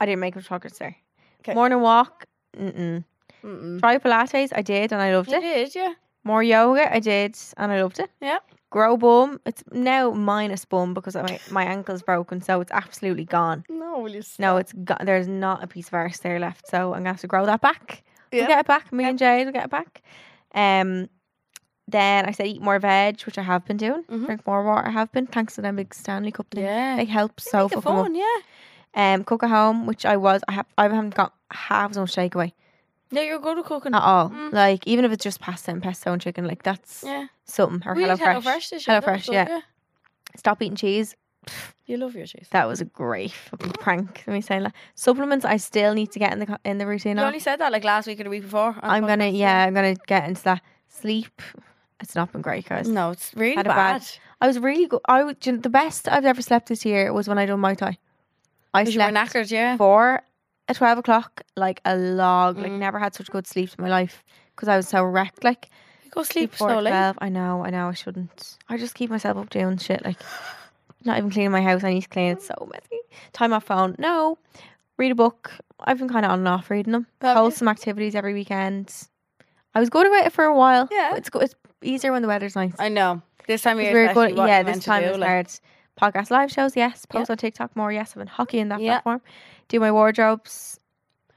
I didn't make much progress there.
'Kay.
Morning walk. Mm-mm.
Mm-mm.
Try Pilates. I did and I loved
You
it.
did, yeah.
More yoga. I did and I loved it.
Yeah.
Grow bum. It's now minus bum because my my ankle's broken, so it's absolutely gone.
No, will you?
No, it's go- there's not a piece of arse there left, so I'm gonna have to grow that back.
Yeah.
We'll get it back. Me and Jade will get it back. Um, Then I said eat more veg, which I have been doing.
Mhm.
Drink more water, I have been. Thanks to them big Stanley Cup thing.
Yeah.
They help so
So make it
fucking much.
fun, yeah.
Um, cook at home, which I was. I have. I haven't got half as much takeaway
No, you're good at cooking.
at all.
Mm.
Like even if it's just pasta and pesto and chicken, like that's
yeah.
something. Or
We
Hello
did Hello
Fresh.
Fresh this year.
Hello
That was
Fresh,
good,
yeah. Stop eating cheese.
You love your cheese.
That was a great fucking prank. Let me say that. Supplements I still need to get in the co- in the routine.
You
of.
only said that like last week or the week before. Oh, on the
I'm gonna
podcast,
yeah, I'm gonna get into that sleep. It's not been great, guys.
No, it's really
Had a bad-
bad.
I was really good. I was, do you know, the best I've ever slept this year was when I done my tie. I
'Cause you were
slept
knackered, yeah.
before at twelve o'clock like a log. Like
Mm.
never had such good sleep in my life because I was so wrecked. Like
You go sleep
before
so late.
12. I know, I know. I shouldn't. I just keep myself up doing shit like not even cleaning my house. I need to clean. It's so messy. Time off phone. No, read a book. I've been kind of on and off reading them.
Have you?
Wholesome activities every weekend. I was good about it for a while.
Yeah.
but it's good. It's easier when the weather's nice.
I know. This time of
'Cause
year,
we're good.
especially, what
Yeah,
you're
this
meant to
time
do,
it's
like-
hard. Podcast live shows, yes.
Yeah.
Post on TikTok more, yes. I've been hockey in that
Yeah.
platform. Do my wardrobes.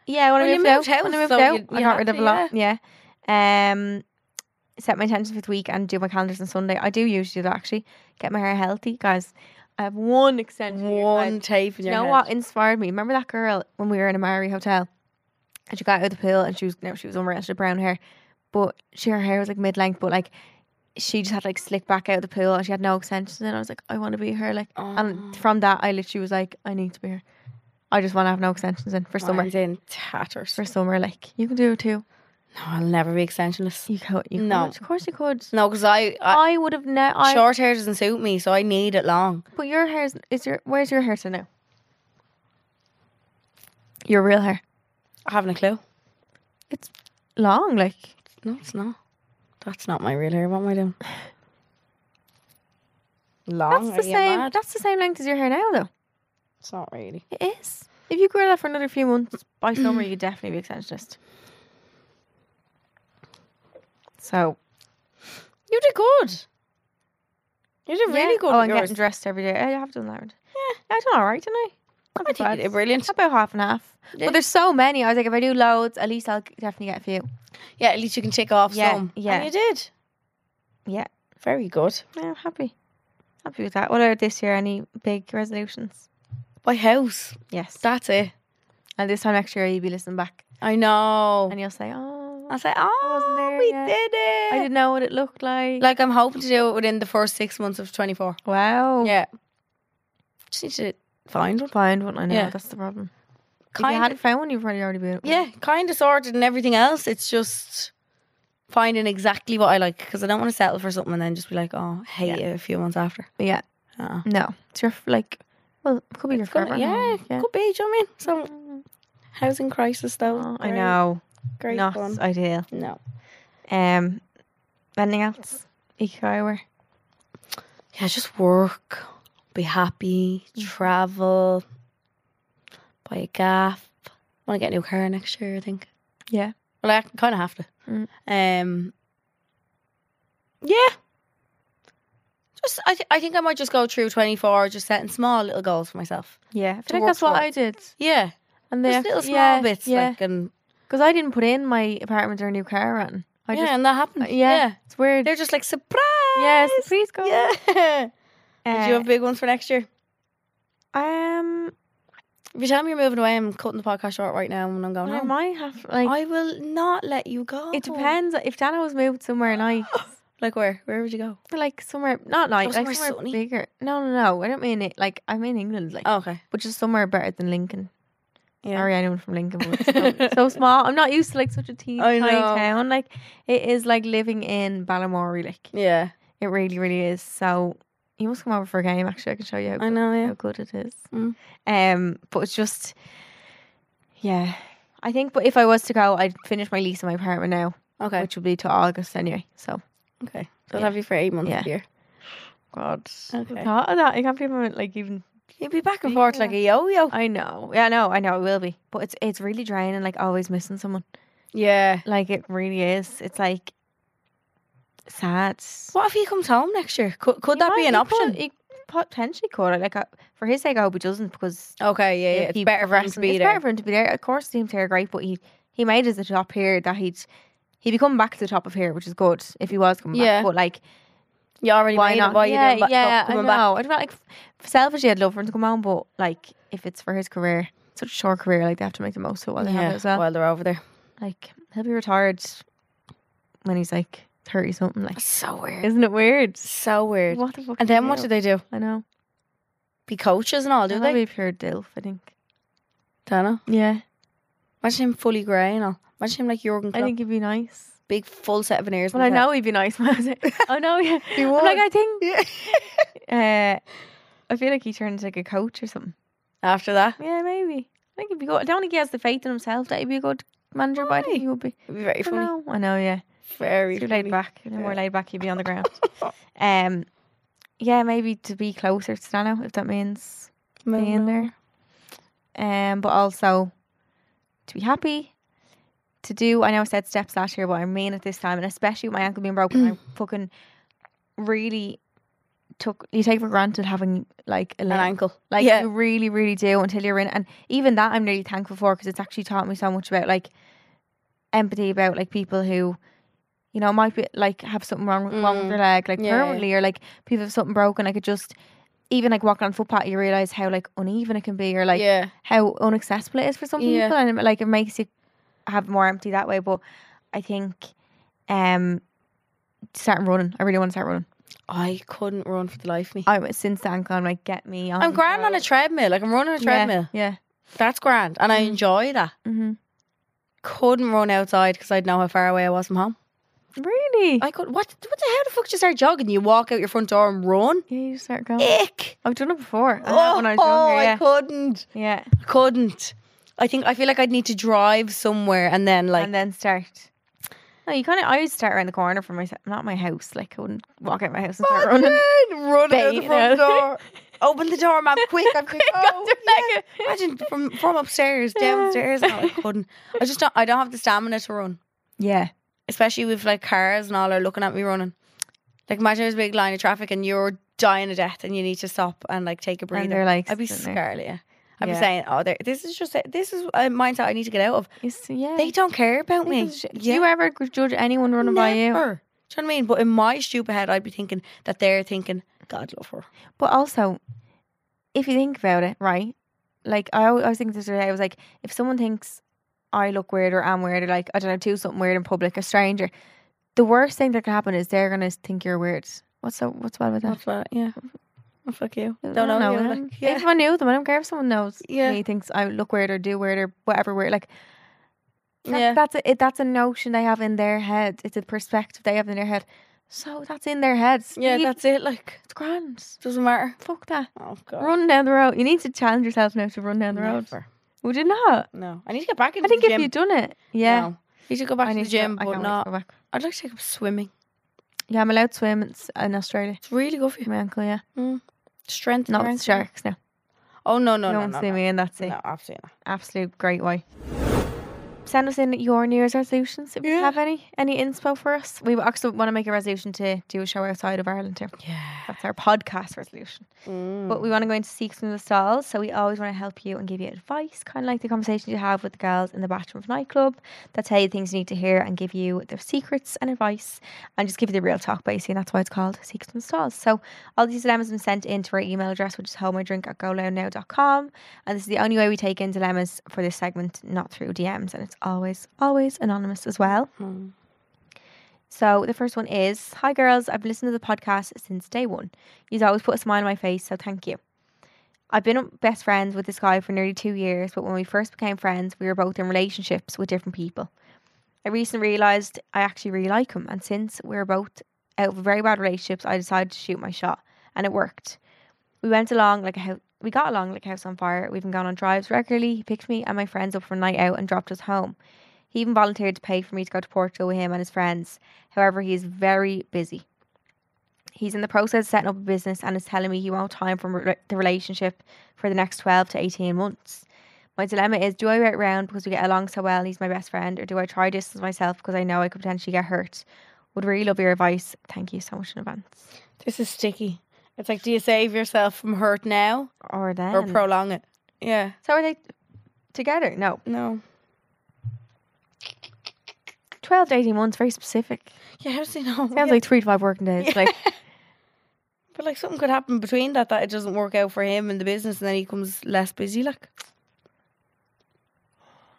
Yeah, when
Well,
I
you
moved out,
moved house,
when I moved
so
out,
you-
I
you
got
had
rid of
to,
a lot. Yeah. Um, set my intentions for the week and do my calendars on Sunday. I do usually do that actually. Get my hair healthy, guys. I have one extension. in your head.
One tape in
You
your
know
head.
what inspired me? Remember that girl when we were in a Maori hotel, and she got out of the pool and she was no, she was unreal. She had brown hair, but she her hair was like mid length, but like she just had like slick back out of the pool and she had no extensions. And I was like, I want to be her. Like,
Oh.
and from that, I literally was like, I need to be her. I just want to have no extensions in for summer.
Mine's in tatters.
For summer, like you can do it too.
No, I'll never be extensionless.
You could. You
No.
could. Of course, you could.
No, because I, I,
I would have never. Oh, I
short hair doesn't suit me, so I need it long.
But your hair is, is your. Where's your hair to now? Your real hair.
I haven't a clue.
It's long, like
No, it's not. That's not my real hair. What am I doing? Long.
that's the
are you
same.
mad?
That's the same length as your hair now, though.
It's not really.
It is. If you grow that for another few months, by summer you'd definitely be extensionist. So
You did good. You did really
yeah.
good.
Oh,
with
I'm
yours.
getting dressed every day. I have done that. Yeah, I've done all right, didn't I? Not
I
too bad.
think you did brilliant.
About half and half.
Yeah.
But there's so many. I was like, if I do loads, at least I'll definitely get a few.
Yeah, at least you can tick off
Yeah,
some.
yeah.
And you did.
Yeah.
Very good.
Yeah, I'm happy. Happy with that. What are this year? Any big resolutions?
My house.
Yes.
That's it.
And this time next year, you'll be listening back
I know.
and you'll say, oh,
I was like, oh,
wasn't there
we
yet.
did it.
I didn't know what it looked like.
Like, I'm hoping to do it within the first six months of 24.
wow.
Yeah. Just need to find one.
Find one. I know.
Yeah.
That's the problem. if you
Kind
hadn't
of.
found one, you've probably already been.
Yeah, kind of sorted and everything else. It's just finding exactly what I like because I don't want to settle for something and then just be like, oh, hate
Yeah.
it a few months after.
Yeah.
Uh,
No. It's your, f- like, well, it could be your
it's gonna-
forever.
yeah,
home, yeah.
could be. Do you know what I mean? So, housing crisis though.
Oh, I
Great-
know.
Great
Not
fun.
ideal.
No.
Um, anything else? Eco hour.
Yeah, just work, be happy, travel, buy a gaff. Want to get a new car next year, I think.
Yeah.
Well, I kind of have to.
Mm.
Um. Yeah. Just, I, th- I think I might just go through 24, just setting small little goals for myself.
Yeah.
To
I feel like
work
that's what I
towards.
did.
Yeah.
And
Just
then
little small
yeah,
bits.
Yeah.
Like, and,
Because I didn't put in my apartment or new car on. I
yeah,
just.
and that happened.
uh, Yeah. It's weird.
They're just like, surprise!
Yes. Please go.
Yeah. Did you
Uh,
have big ones for next year?
um.
If you tell me you're moving away, I'm cutting the podcast short right now and I'm going
I
home.
might have like.
I will not let you go.
It depends if Dana was moved somewhere nice,
Like where? Where would you go?
like somewhere not nice, like
Oh, somewhere
somewhere
sunny.
bigger. No, no, no. I don't mean it. Like I mean England, like
Oh, okay.
but just somewhere better than Lincoln.
Yeah.
Sorry, anyone from Lincoln, but it's so, so small. I'm not used to like such a teeny
I
tiny
know.
town. Like it is like living in Ballamore, like
Yeah.
it really, really is. So you must come over for a game. Actually, I can show you how,
I know,
good-
yeah.
how good it is.
Mm.
Um, but it's just, yeah. I think, but if I was to go, I'd finish my lease in my apartment now,
Okay.
which would be to August anyway. So
okay. So I'll
Yeah.
have you for eight months
Yeah.
a year.
God.
Okay.
Thought of that. I can't believe I'm like even.
You'd be back and
Yeah.
forth like a yo yo.
I know. Yeah, I know. I know it will be, but it's it's really draining. Like always missing someone.
Yeah.
Like it really is. It's like sad.
What if he comes home next year? Could, could that
He
be an
might-
option?
He, pot- he potentially could. Like I, for his sake, I hope he doesn't because
okay, yeah, yeah.
if
It's
he
better for him
progressed-
to be
it's
there.
better for him to be there. Of course, the teams here are great, but he he made us a top here that he'd He'd be coming back to the top of here, which is good if he was coming
Yeah.
back. But like,
You already
why
made
not?
it. Why
yeah,
you doing ba-
yeah,
coming
I
back?
know. I don't know, like f- selfishly, I'd love for him to come on, but like if it's for his career, such a short career, like they have to make the most of it while they have it as well.
While they're over there.
Like he'll be retired when he's like thirty something. Like,
So weird.
isn't it weird?
So weird.
What the fuck?
And then what do
do
they do?
I know.
Be coaches and all, do
That'll
they?
be pure dilf, I think.
Don't know.
Yeah,
Imagine him fully grey and all. Imagine him like Jurgen
I
Klopp.
think he'd be nice.
Big full set of veneers.
Well, I know he'd be nice. When I was there. oh no, yeah.
He
I'm
would.
like I think. uh, I feel like he turns like a coach or something.
After that,
Yeah, maybe. I think he'd be good. I don't think he has the faith in himself that he'd be a good manager, but I think
Aye.
he would be.
it'd be very
I don't
funny.
know. I know. Yeah,
Very
too
funny.
laid back. The more
Yeah. Oh.
laid back, he'd be on the ground. um, yeah, maybe to be closer to Stano, if that means being there. Um, but also to be happy. To do, I know I said steps last year, but I mean at this time, and especially with my ankle being broken, I fucking really took you take for granted having like a
An
limb.
ankle.
Like
Yeah.
you really, really do until you're in. And even that, I'm really thankful for because it's actually taught me so much about like empathy about like people who, you know, might be like have something wrong wrong with
Mm.
their leg, like
Yeah, yeah.
permanently, or like people have something broken. Like it just, even like walking on footpath, you realize how like uneven it can be, or like
yeah.
how inaccessible it is for some people,
Yeah.
and like it makes you have more empathy that way. But I think, um, starting running, I really want to start running.
I couldn't run for the life of me.
I'm since the ankle, I'm like, get me on.
I'm grand on a treadmill. Like I'm running a treadmill.
Yeah.
That's grand, and I enjoy that.
yeah. Mm-hmm.
Couldn't run outside because I'd know how far away I was from home.
Really?
I could. What? What the? How the fuck do you start jogging? You walk out your front door and run.
yeah, you start going.
Ick.
I've done it before. I have
Oh,
when I was
Eh. oh,
younger.
I
Yeah.
couldn't.
yeah.
I couldn't. I think I feel like I'd need to drive somewhere and then like
and then start. No, you kind of. I would start around the corner from my not my house. Like I wouldn't walk out my house and start running.
Run, run out the
Bait
front
out.
door. Open the door, ma'am, quick. I'm quick. Oh,
after
yeah.
Becca.
Imagine from, from upstairs, downstairs. No, I couldn't. I just don't, I don't have the stamina to run,
Yeah.
especially with like cars and all are looking at me running. Like imagine there's a big line of traffic and you're dying to death and you need to stop and like take a breather.
they're, like,
I'd be
sitting there.
scared. Yeah. I'd
Yeah.
be saying, oh, there- this is just, a, this is a mindset I need to get out of.
It's, yeah.
They don't care about me.
Do you ever judge anyone running by you?
Never. Do you know what I mean? But in my stupid head, I'd be thinking that they're thinking, God love her.
But also, if you think about it, right? Like I always, I was thinking this the other day. I was like, if someone thinks I look weird or am weird, or like I don't know, do something weird in public, a stranger, the worst thing that can happen is they're gonna think you're weird. What's so what's bad with that?
That's that, yeah. Oh, fuck you.
I
Don't, know, you.
them.
Like, yeah.
If I knew them, I don't care if someone knows
Yeah.
me thinks I look weird or do weird or whatever weird. Like that,
Yeah.
that's a, it, that's a notion they have in their head. It's a perspective they have in their head. So that's in their heads.
yeah,
Leave-
that's it. Like,
it's grand.
doesn't matter.
Fuck that.
Oh, God.
Run down the road. You need to challenge yourself now to run down the road.
Never.
Would you not?
No. I need to get back into
I think
the
if
gym.
you've done it, yeah.
No. You should go back
I
to
need
the gym,
to, I
but
can't wait to
not.
go back.
I'd like to take up swimming.
Yeah, I'm allowed to swim in, S- in Australia.
It's really good for you.
My uncle, yeah.
Strength.
Not with
strength.
sharks, no.
Oh, no,
No,
no, no,
one
no.
see
No,
me in that sea.
no absolutely not.
Absolute great way. Send us in your New Year's resolutions if you
Yeah.
have any. Any inspo for us? We actually want to make a resolution to do a show outside of Ireland too.
Yeah. Mm.
That's our podcast resolution. But we want to go into Seeks from the Stalls, so we always want to help you and give you advice, kind of like the conversation you have with the girls in the Bathroom of Nightclub that tell you things you need to hear and give you their secrets and advice and just give you the real talk, basically. And that's why it's called Seeks from the Stalls. So all these dilemmas have been sent in to our email address, which is homemydrink at goloudnow.com. And this is the only way we take in dilemmas for this segment, not through DMs. And it's always, always anonymous as well. So the first one is Hi girls, I've listened to the podcast since day one. You've always put a smile on my face, so thank you. I've been best friends with this guy for nearly two years, but when we first became friends, we were both in relationships with different people. I recently realised I actually really like him, and since we were both out of very bad relationships, I decided to shoot my shot, and it worked. We went along like a house. We got along like a house on fire. We've been gone on drives regularly. He picked me and my friends up for a night out and dropped us home. He even volunteered to pay for me to go to Portugal with him and his friends. However, he is very busy. He's in the process of setting up a business and is telling me he won't have time from re- the relationship for the next 12 to 18 months. My dilemma is do I wait around because we get along so well and he's my best friend, or do I try distance myself because I know I could potentially get hurt? Would really love your advice. Thank you so much in advance.
This is sticky. It's like, do you save yourself from hurt now
Or then.
or prolong it? Yeah.
so are they together? No.
No.
12 to 18 months, very specific.
Yeah, how does he know?
Sounds
Yeah.
like three to five working days. Like,
But like something could happen between that that it doesn't work out for him and the business, and then he comes less busy. Like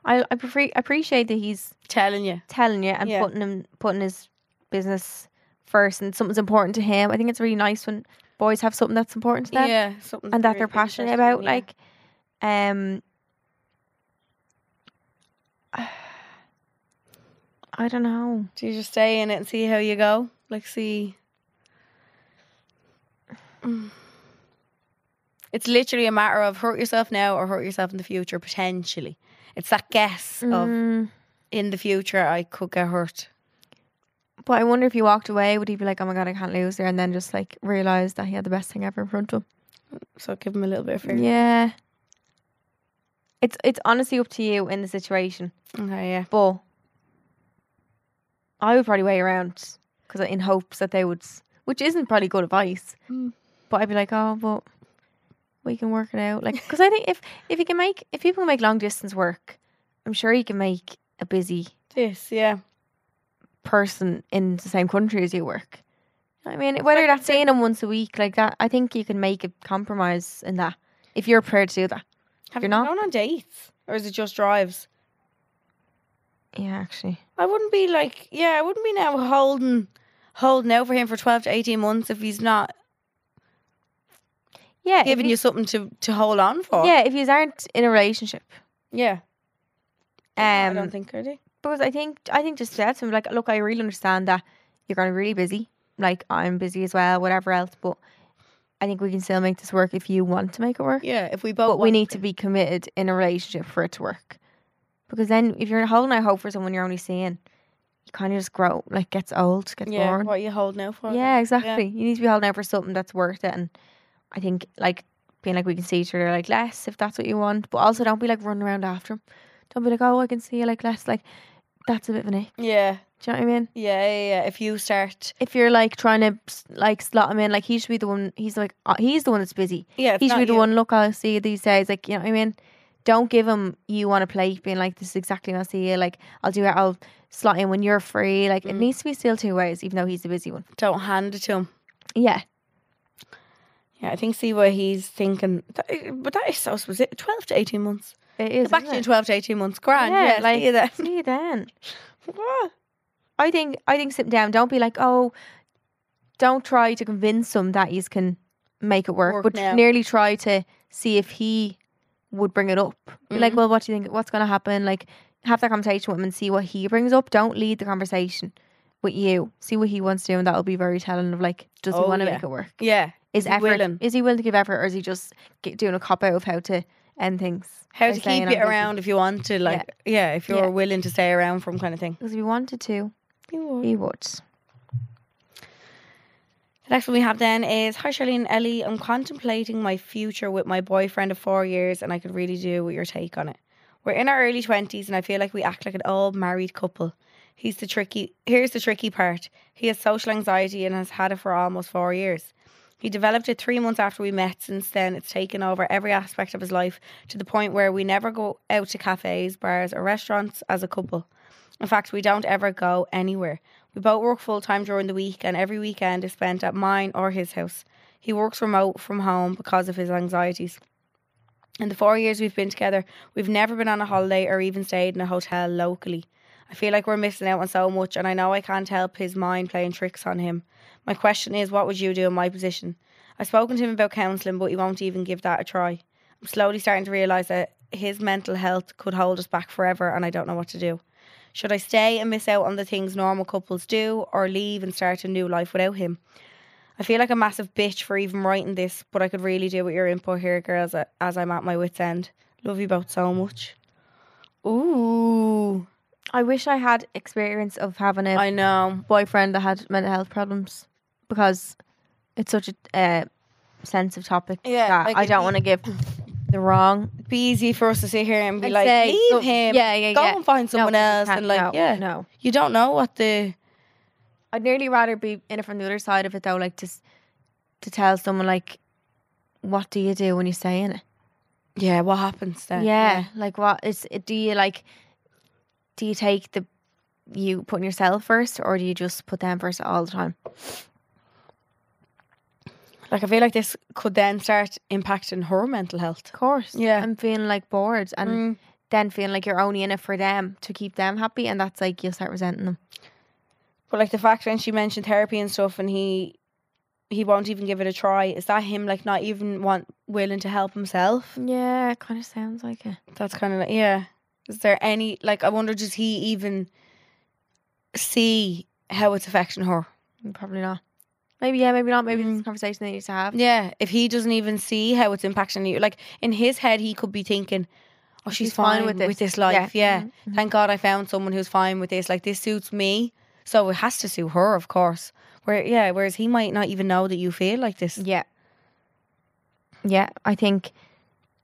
I, I prefer, appreciate that he's
telling you,
telling you and
Yeah.
putting him putting his business first and something's important to him. I think it's really nice when boys have something that's important to them
yeah, something
and that
really
they're passionate
interesting,
about.
yeah.
Like, um, I don't know.
do you just stay in it and see how you go? Like, see, Mm. it's literally a matter of hurt yourself now or hurt yourself in the future potentially. It's that guess of
Mm,
in the future I could get hurt.
but I wonder if he walked away, would he be like, "Oh my god, I can't lose there," and then just like realize that he had the best thing ever in front of him.
So give him a little bit of fear.
Yeah. It's it's honestly up to you in the situation.
Okay, yeah.
But I would probably wait around because in hopes that they would, which isn't probably good advice.
Mm.
But I'd be like, oh, but we can work it out. Like, because I think if if you can make if people can make long distance work, I'm sure you can make a busy
This, yeah.
person in the same country as you work. I mean, whether that's seeing them once a week like that, I think you can make a compromise in that if you're prepared to do that.
Have
You're
you
not?
gone on dates? Or is it just drives?
Yeah, actually.
I wouldn't be like, yeah, I wouldn't be now holding holding out for him for twelve to eighteen months if he's not
Yeah, if
giving
you-
you something to to hold on for.
yeah, if you aren't in a relationship.
yeah.
Um,
I don't think I do.
because I think I think just that I'm like, look, I really understand that you're gonna be really busy. Like I'm busy as well, whatever else. But I think we can still make this work if you want to make it work.
Yeah, if we both.
But we
want-
need to be committed in a relationship for it to work. Because then, if you're holding out hope for someone you're only seeing, you kind of just grow, like gets old, gets
Yeah,
boring.
what are you holding out for?
Yeah, exactly. You need to be holding out for something that's worth it. And I think like being like we can see each other like less if that's what you want, but also don't be like running around after him. Don't be like oh I can see you like less like that's a bit of an ick.
Yeah,
Do you know what I mean?
yeah, yeah. yeah. If you start,
If you're like trying to like slot him in, like he should be the one. He's like uh, he's the one that's busy.
yeah, if
He should
not
be the
you-
one. Look, I'll see you these days. Like you know what I mean? Don't give him you on a plate, being like this is exactly when I see you. Like I'll do it. I'll slot in when you're free. Like it
Mm.
needs to be still two ways, even though he's the busy one.
Don't hand it to him.
Yeah,
Yeah, I think see what he's thinking. That is- but that is so specific. Twelve to eighteen months.
it
Get
is.
back
isn't
to you in
it?
twelve to eighteen months. Grand.
Yeah,
Yeah,
like
see you then.
see you then.
What?
I think I think sit down. Don't be like, oh, don't try to convince him that you can make it work,
Work
but
now.
nearly try to see if he would bring it up. Be Like,
Mhm.
well, what do you think? What's going to happen? Like, have that conversation with him and see what he brings up. Don't lead the conversation with you. See what he wants to do, and that'll be very telling of like, does he
Oh,
want to
yeah.
make it work?
Yeah.
Is,
he
effort?
willing?
Is he willing to give effort, or is he just g doing a cop out of how to end things?
How
by
to
saying,
keep
"I'm
it
busy?"
around if you want to, like, yeah, if you're
Yeah.
willing to stay around from kind of thing.
Because if he wanted to, he would.
The next one we have then is Hi Charlene and Ellie, I'm contemplating my future with my boyfriend of four years and I could really do with your take on it. We're in our early twenties and I feel like we act like an old married couple. He's the tricky here's the tricky part. He has social anxiety and has had it for almost four years. He developed it three months after we met. Since then, it's taken over every aspect of his life to the point where we never go out to cafes, bars, or restaurants as a couple. In fact, we don't ever go anywhere. We both work full time during the week, and every weekend is spent at mine or his house. He works remote from home because of his anxieties. In the four years we've been together, we've never been on a holiday or even stayed in a hotel locally. I feel like we're missing out on so much, and I know I can't help his mind playing tricks on him. My question is, what would you do in my position? I've spoken to him about counselling, but he won't even give that a try. I'm slowly starting to realise that his mental health could hold us back forever, and I don't know what to do. Should I stay and miss out on the things normal couples do, or leave and start a new life without him? I feel like a massive bitch for even writing this, but I could really do with your input here, girls, a- as I'm at my wits' end. Love you both so much. Ooh,
I wish I had experience of having a
I know.
boyfriend that had mental health problems because it's such a uh, sensitive topic
Yeah,
that
like
I
it'd
don't
be-
want to give the wrong.
It'd be easy for us to sit here and be
I'd
like,
say
leave
some-
him.
Yeah, yeah,
Go
yeah.
and find someone
No,
else.
can't-
And like,
no,
yeah,
no.
you don't know what the
I'd nearly rather be in it from the other side of it though, like to s- to tell someone like, what do you do when you stay in it?
yeah what happens then.
yeah, like what is? Do you like? Do you take the you putting yourself first, or do you just put them first all the time?
Like I feel like this could then start impacting her mental health.
Of course.
Yeah.
And feeling like bored and
Mm.
then feeling like you're only in it for them to keep them happy. And that's like you'll start resenting them.
But like the fact when she mentioned therapy and stuff, and he he won't even give it a try. Is that him like not even want willing to help himself?
Yeah, it kind of sounds like it.
That's kind of like yeah. Is there any like I wonder does he even see how it's affecting her?
Mm, Probably not. Maybe, yeah, maybe not. Maybe this is a
Mm.
conversation they need to have.
Yeah, if he doesn't even see how it's impacting you, like in his head, he could be thinking, "Oh, she's, fine, with, this. life." Yeah, Mm-hmm. thank God I found someone who's fine with this. Like this suits me, so it has to suit her, of course. Where yeah, whereas he might not even know that you feel like this.
Yeah. Yeah, I think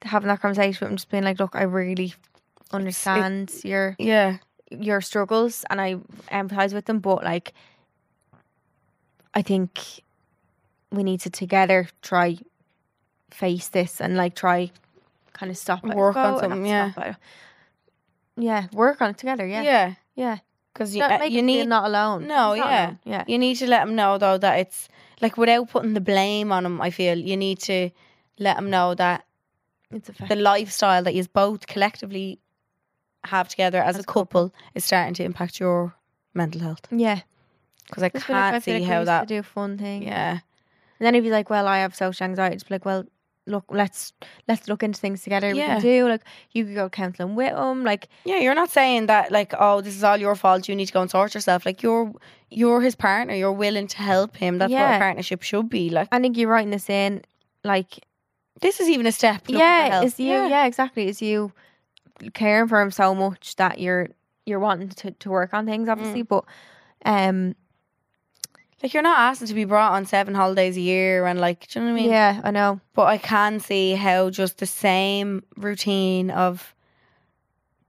having that conversation with him, just being like, look, I really understand your
Yeah,
your struggles and I empathize with them, but like, I think we need to together try face this and like try kind of stop it.
Work on
Go- not
something, yeah.
stop it. Yeah, work on it together. Yeah, yeah.
yeah, because
Don't
you,
make
you
it feel
need
not alone.
No,
It's not
yeah.
alone, yeah.
You need to let them know though that it's like without putting the blame on him. I feel you need to let them know that
It's a fact.
the lifestyle that you both collectively have together as, a couple, is starting to impact your mental health.
yeah,
Because I
Just be like, I
can't
feel
see
like we
how
used
that.
to do fun thing.
Yeah,
And then if you're like, well, I have social anxiety, it's like, well, look, let's let's look into things together. We
Yeah.
can do like you could go counselling with them. Like,
yeah. You're not saying that like, oh, this is all your fault. You need to go and sort yourself. Like you're you're his partner. You're willing to help him. That's what
Yeah.
a partnership should be. Like
I think you're writing this in, like,
this is even a step. looking for
yeah,
help.
it's you. Yeah. exactly. It's you caring for him so much that you're you're wanting to, to work on
Mm.
things, obviously. But um,
Like you're not asking to be brought on seven holidays a year and like, do you know what I mean?
yeah, I know.
But I can see how just the same routine of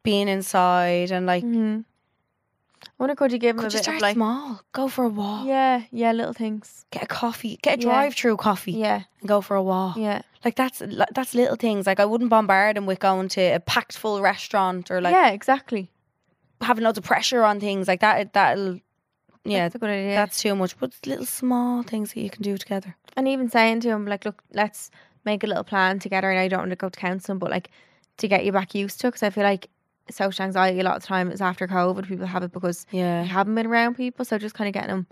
being inside and like
Mm-hmm. I wonder could you give him
Could
a
you
bit of
start
like,
small? Go for a walk.
yeah, yeah, little things.
Get a coffee. Get a
Yeah.
drive-through coffee.
Yeah,
And go for a walk.
yeah,
Like that's li- that's little things. Like I wouldn't bombard them with going to a packed full restaurant or like
yeah, exactly.
having loads of pressure on things like that. That'll yeah,
that's a good idea.
that's too much. But little small things that you can do together.
and even saying to him like look let's make a little plan together and i don't want to go to counseling but like to get you back used to it because i feel like social anxiety a lot of the time is after covid people have it because they
Yeah.
haven't been around people so just kind of getting them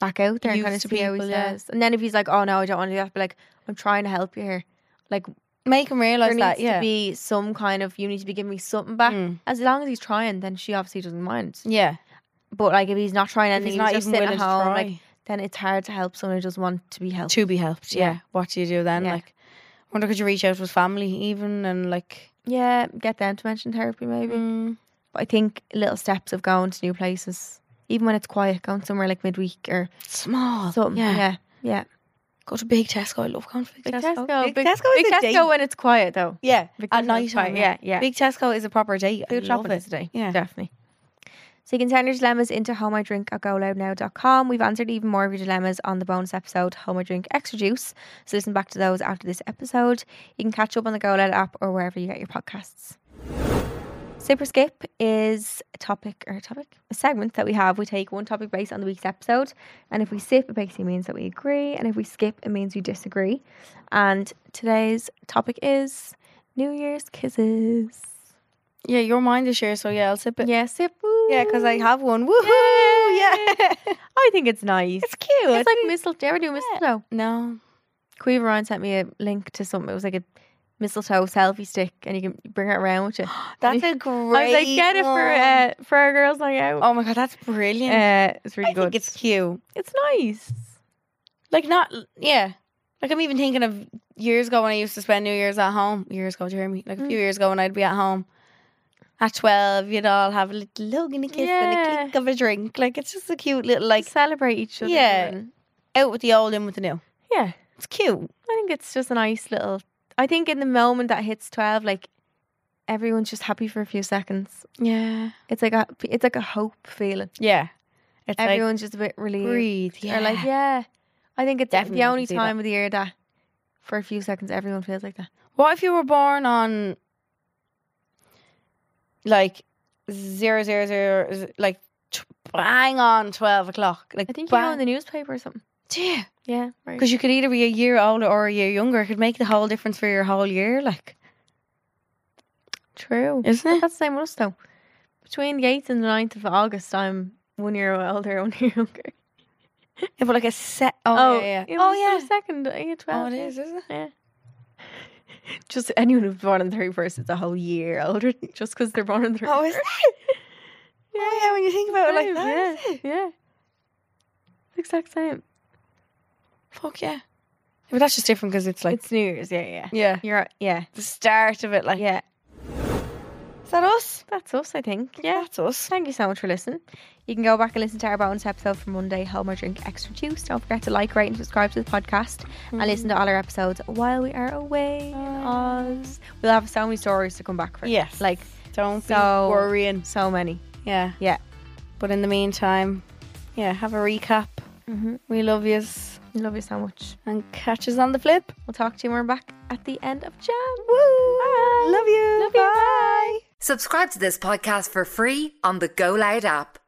back out there and kind of
Used to
see how he
people, yeah.
says and then if he's like oh no i don't want to do that but like i'm trying to help you here like
Make them
there
realize
needs
that.
to
Yeah.
be some kind of you need to be giving me something back
Mm.
as long as he's trying then she obviously doesn't mind
Yeah.
but like if he's not trying
If
and
he's
he's,
not
just
even
sitting
willing
at
to
home
try.
like then it's hard to help someone who doesn't want to be helped
to be helped. Yeah.
Yeah.
What do you do then?
Yeah.
Like, I wonder could you reach out to his family even and like,
yeah get them to mention therapy maybe
mm,
But I think little steps of going to new places, even when it's quiet, going somewhere like midweek or
small.
something.
Oh, yeah.
Yeah. Yeah.
Go to Big Tesco. I love going to Big,
Big
Tesco.
Tesco.
Big, Tesco is
Big
a date.
Tesco when it's quiet, though.
Yeah.
Big
At
Tesco
night
is quiet,
time.
yeah, yeah.
Big Tesco is a proper date. I
Food
love
shopping
it.
today.
Yeah.
Definitely. So you can send your dilemmas into homeidrink.goloudnow.com. We've answered even more of your dilemmas on the bonus episode, Home I Drink Extra Juice. So listen back to those after this episode. You can catch up on the Go Loud app or wherever you get your podcasts. Super Skip is a topic or a topic, a segment that we have. We take one topic based on the week's episode, and if we sip, it basically means that we agree, and if we skip, it means we disagree. And today's topic is New Year's kisses.
Yeah, your mind this year, so yeah, I'll sip it.
Yeah, sip.
Yeah, because I
woo.
have one. Woohoo! Yeah.
I think it's nice.
it's cute.
It's like mistletoe. Ever do mistletoe?
no.
Queen Ryan sent me a link to something. It was like a mistletoe selfie stick, and you can bring it around with you.
That's a great.
I was like, get it for
one.
uh, for our girls' night out.
Oh my god, that's brilliant.
uh, it's really
I
good.
think it's cute.
it's nice.
Like not yeah. Like I'm even thinking of years ago when I used to spend New Year's at home. Years ago, do you hear me? Like a few years ago when I'd be at home. At twelve, you'd all have a little hug and a kiss
Yeah.
and a click of a drink. Like it's just a cute little like
Celebrate each other.
Yeah.
and-
out with the old, in with the new.
yeah.
It's cute.
I think it's just a nice little. I think in the moment that hits twelve, like everyone's just happy for a few seconds.
Yeah.
It's like a it's like a hope feeling.
Yeah. It's like
everyone's just a bit relieved.
breathe. Yeah.
Or like yeah, I think it's
Definitely
the
I can
only
see that.
time of the year that for a few seconds everyone feels like that.
What if you were born on like zero zero zero z- like t- bang on 12 o'clock. Like,
I think you
bang.
know in the newspaper or something.
Yeah.
Yeah, right.
Because you could either be a year older or a year younger. It could make the whole difference for your whole year, like,
True.
isn't it?
That's the same with us though. Between the 8th and the 9th of August, I'm one year older, one year younger.
Yeah, but like a set. Oh, yeah. yeah.
it
Oh,
was
yeah.
The second, uh, yeah, 12.
Oh, it
yeah.
is, isn't it?
Yeah. Just anyone who's born on the 31st is a whole year older just because they're born on the 31st.
Oh, is it? Oh, yeah, when you think about it like that.
yeah.
is it?
yeah. Exact same.
Fuck yeah. But that's just different because it's like,
it's New Year's, yeah, yeah.
yeah,
You're yeah.
the start of it. Like,
Yeah.
is that us?
That's us, I think. Yeah.
That's us.
Thank you so much for listening. You can go back and listen to our bonus episode for Monday, Home or Drink Extra Juice. Don't forget to like, rate, and subscribe to the podcast and listen to all our episodes while we are away in Oz. We'll have so many stories to come back for.
Yes.
Like,
Don't
So-
be worrying.
so many.
Yeah.
Yeah.
But in the meantime, yeah, have a recap.
Mm-hmm.
We love yous
Love you so much.
and catch us on the flip.
We'll talk to you when we're back at the end of Jan.
Love you.
Love you. Bye.
Subscribe to this podcast for free on the Go Loud app.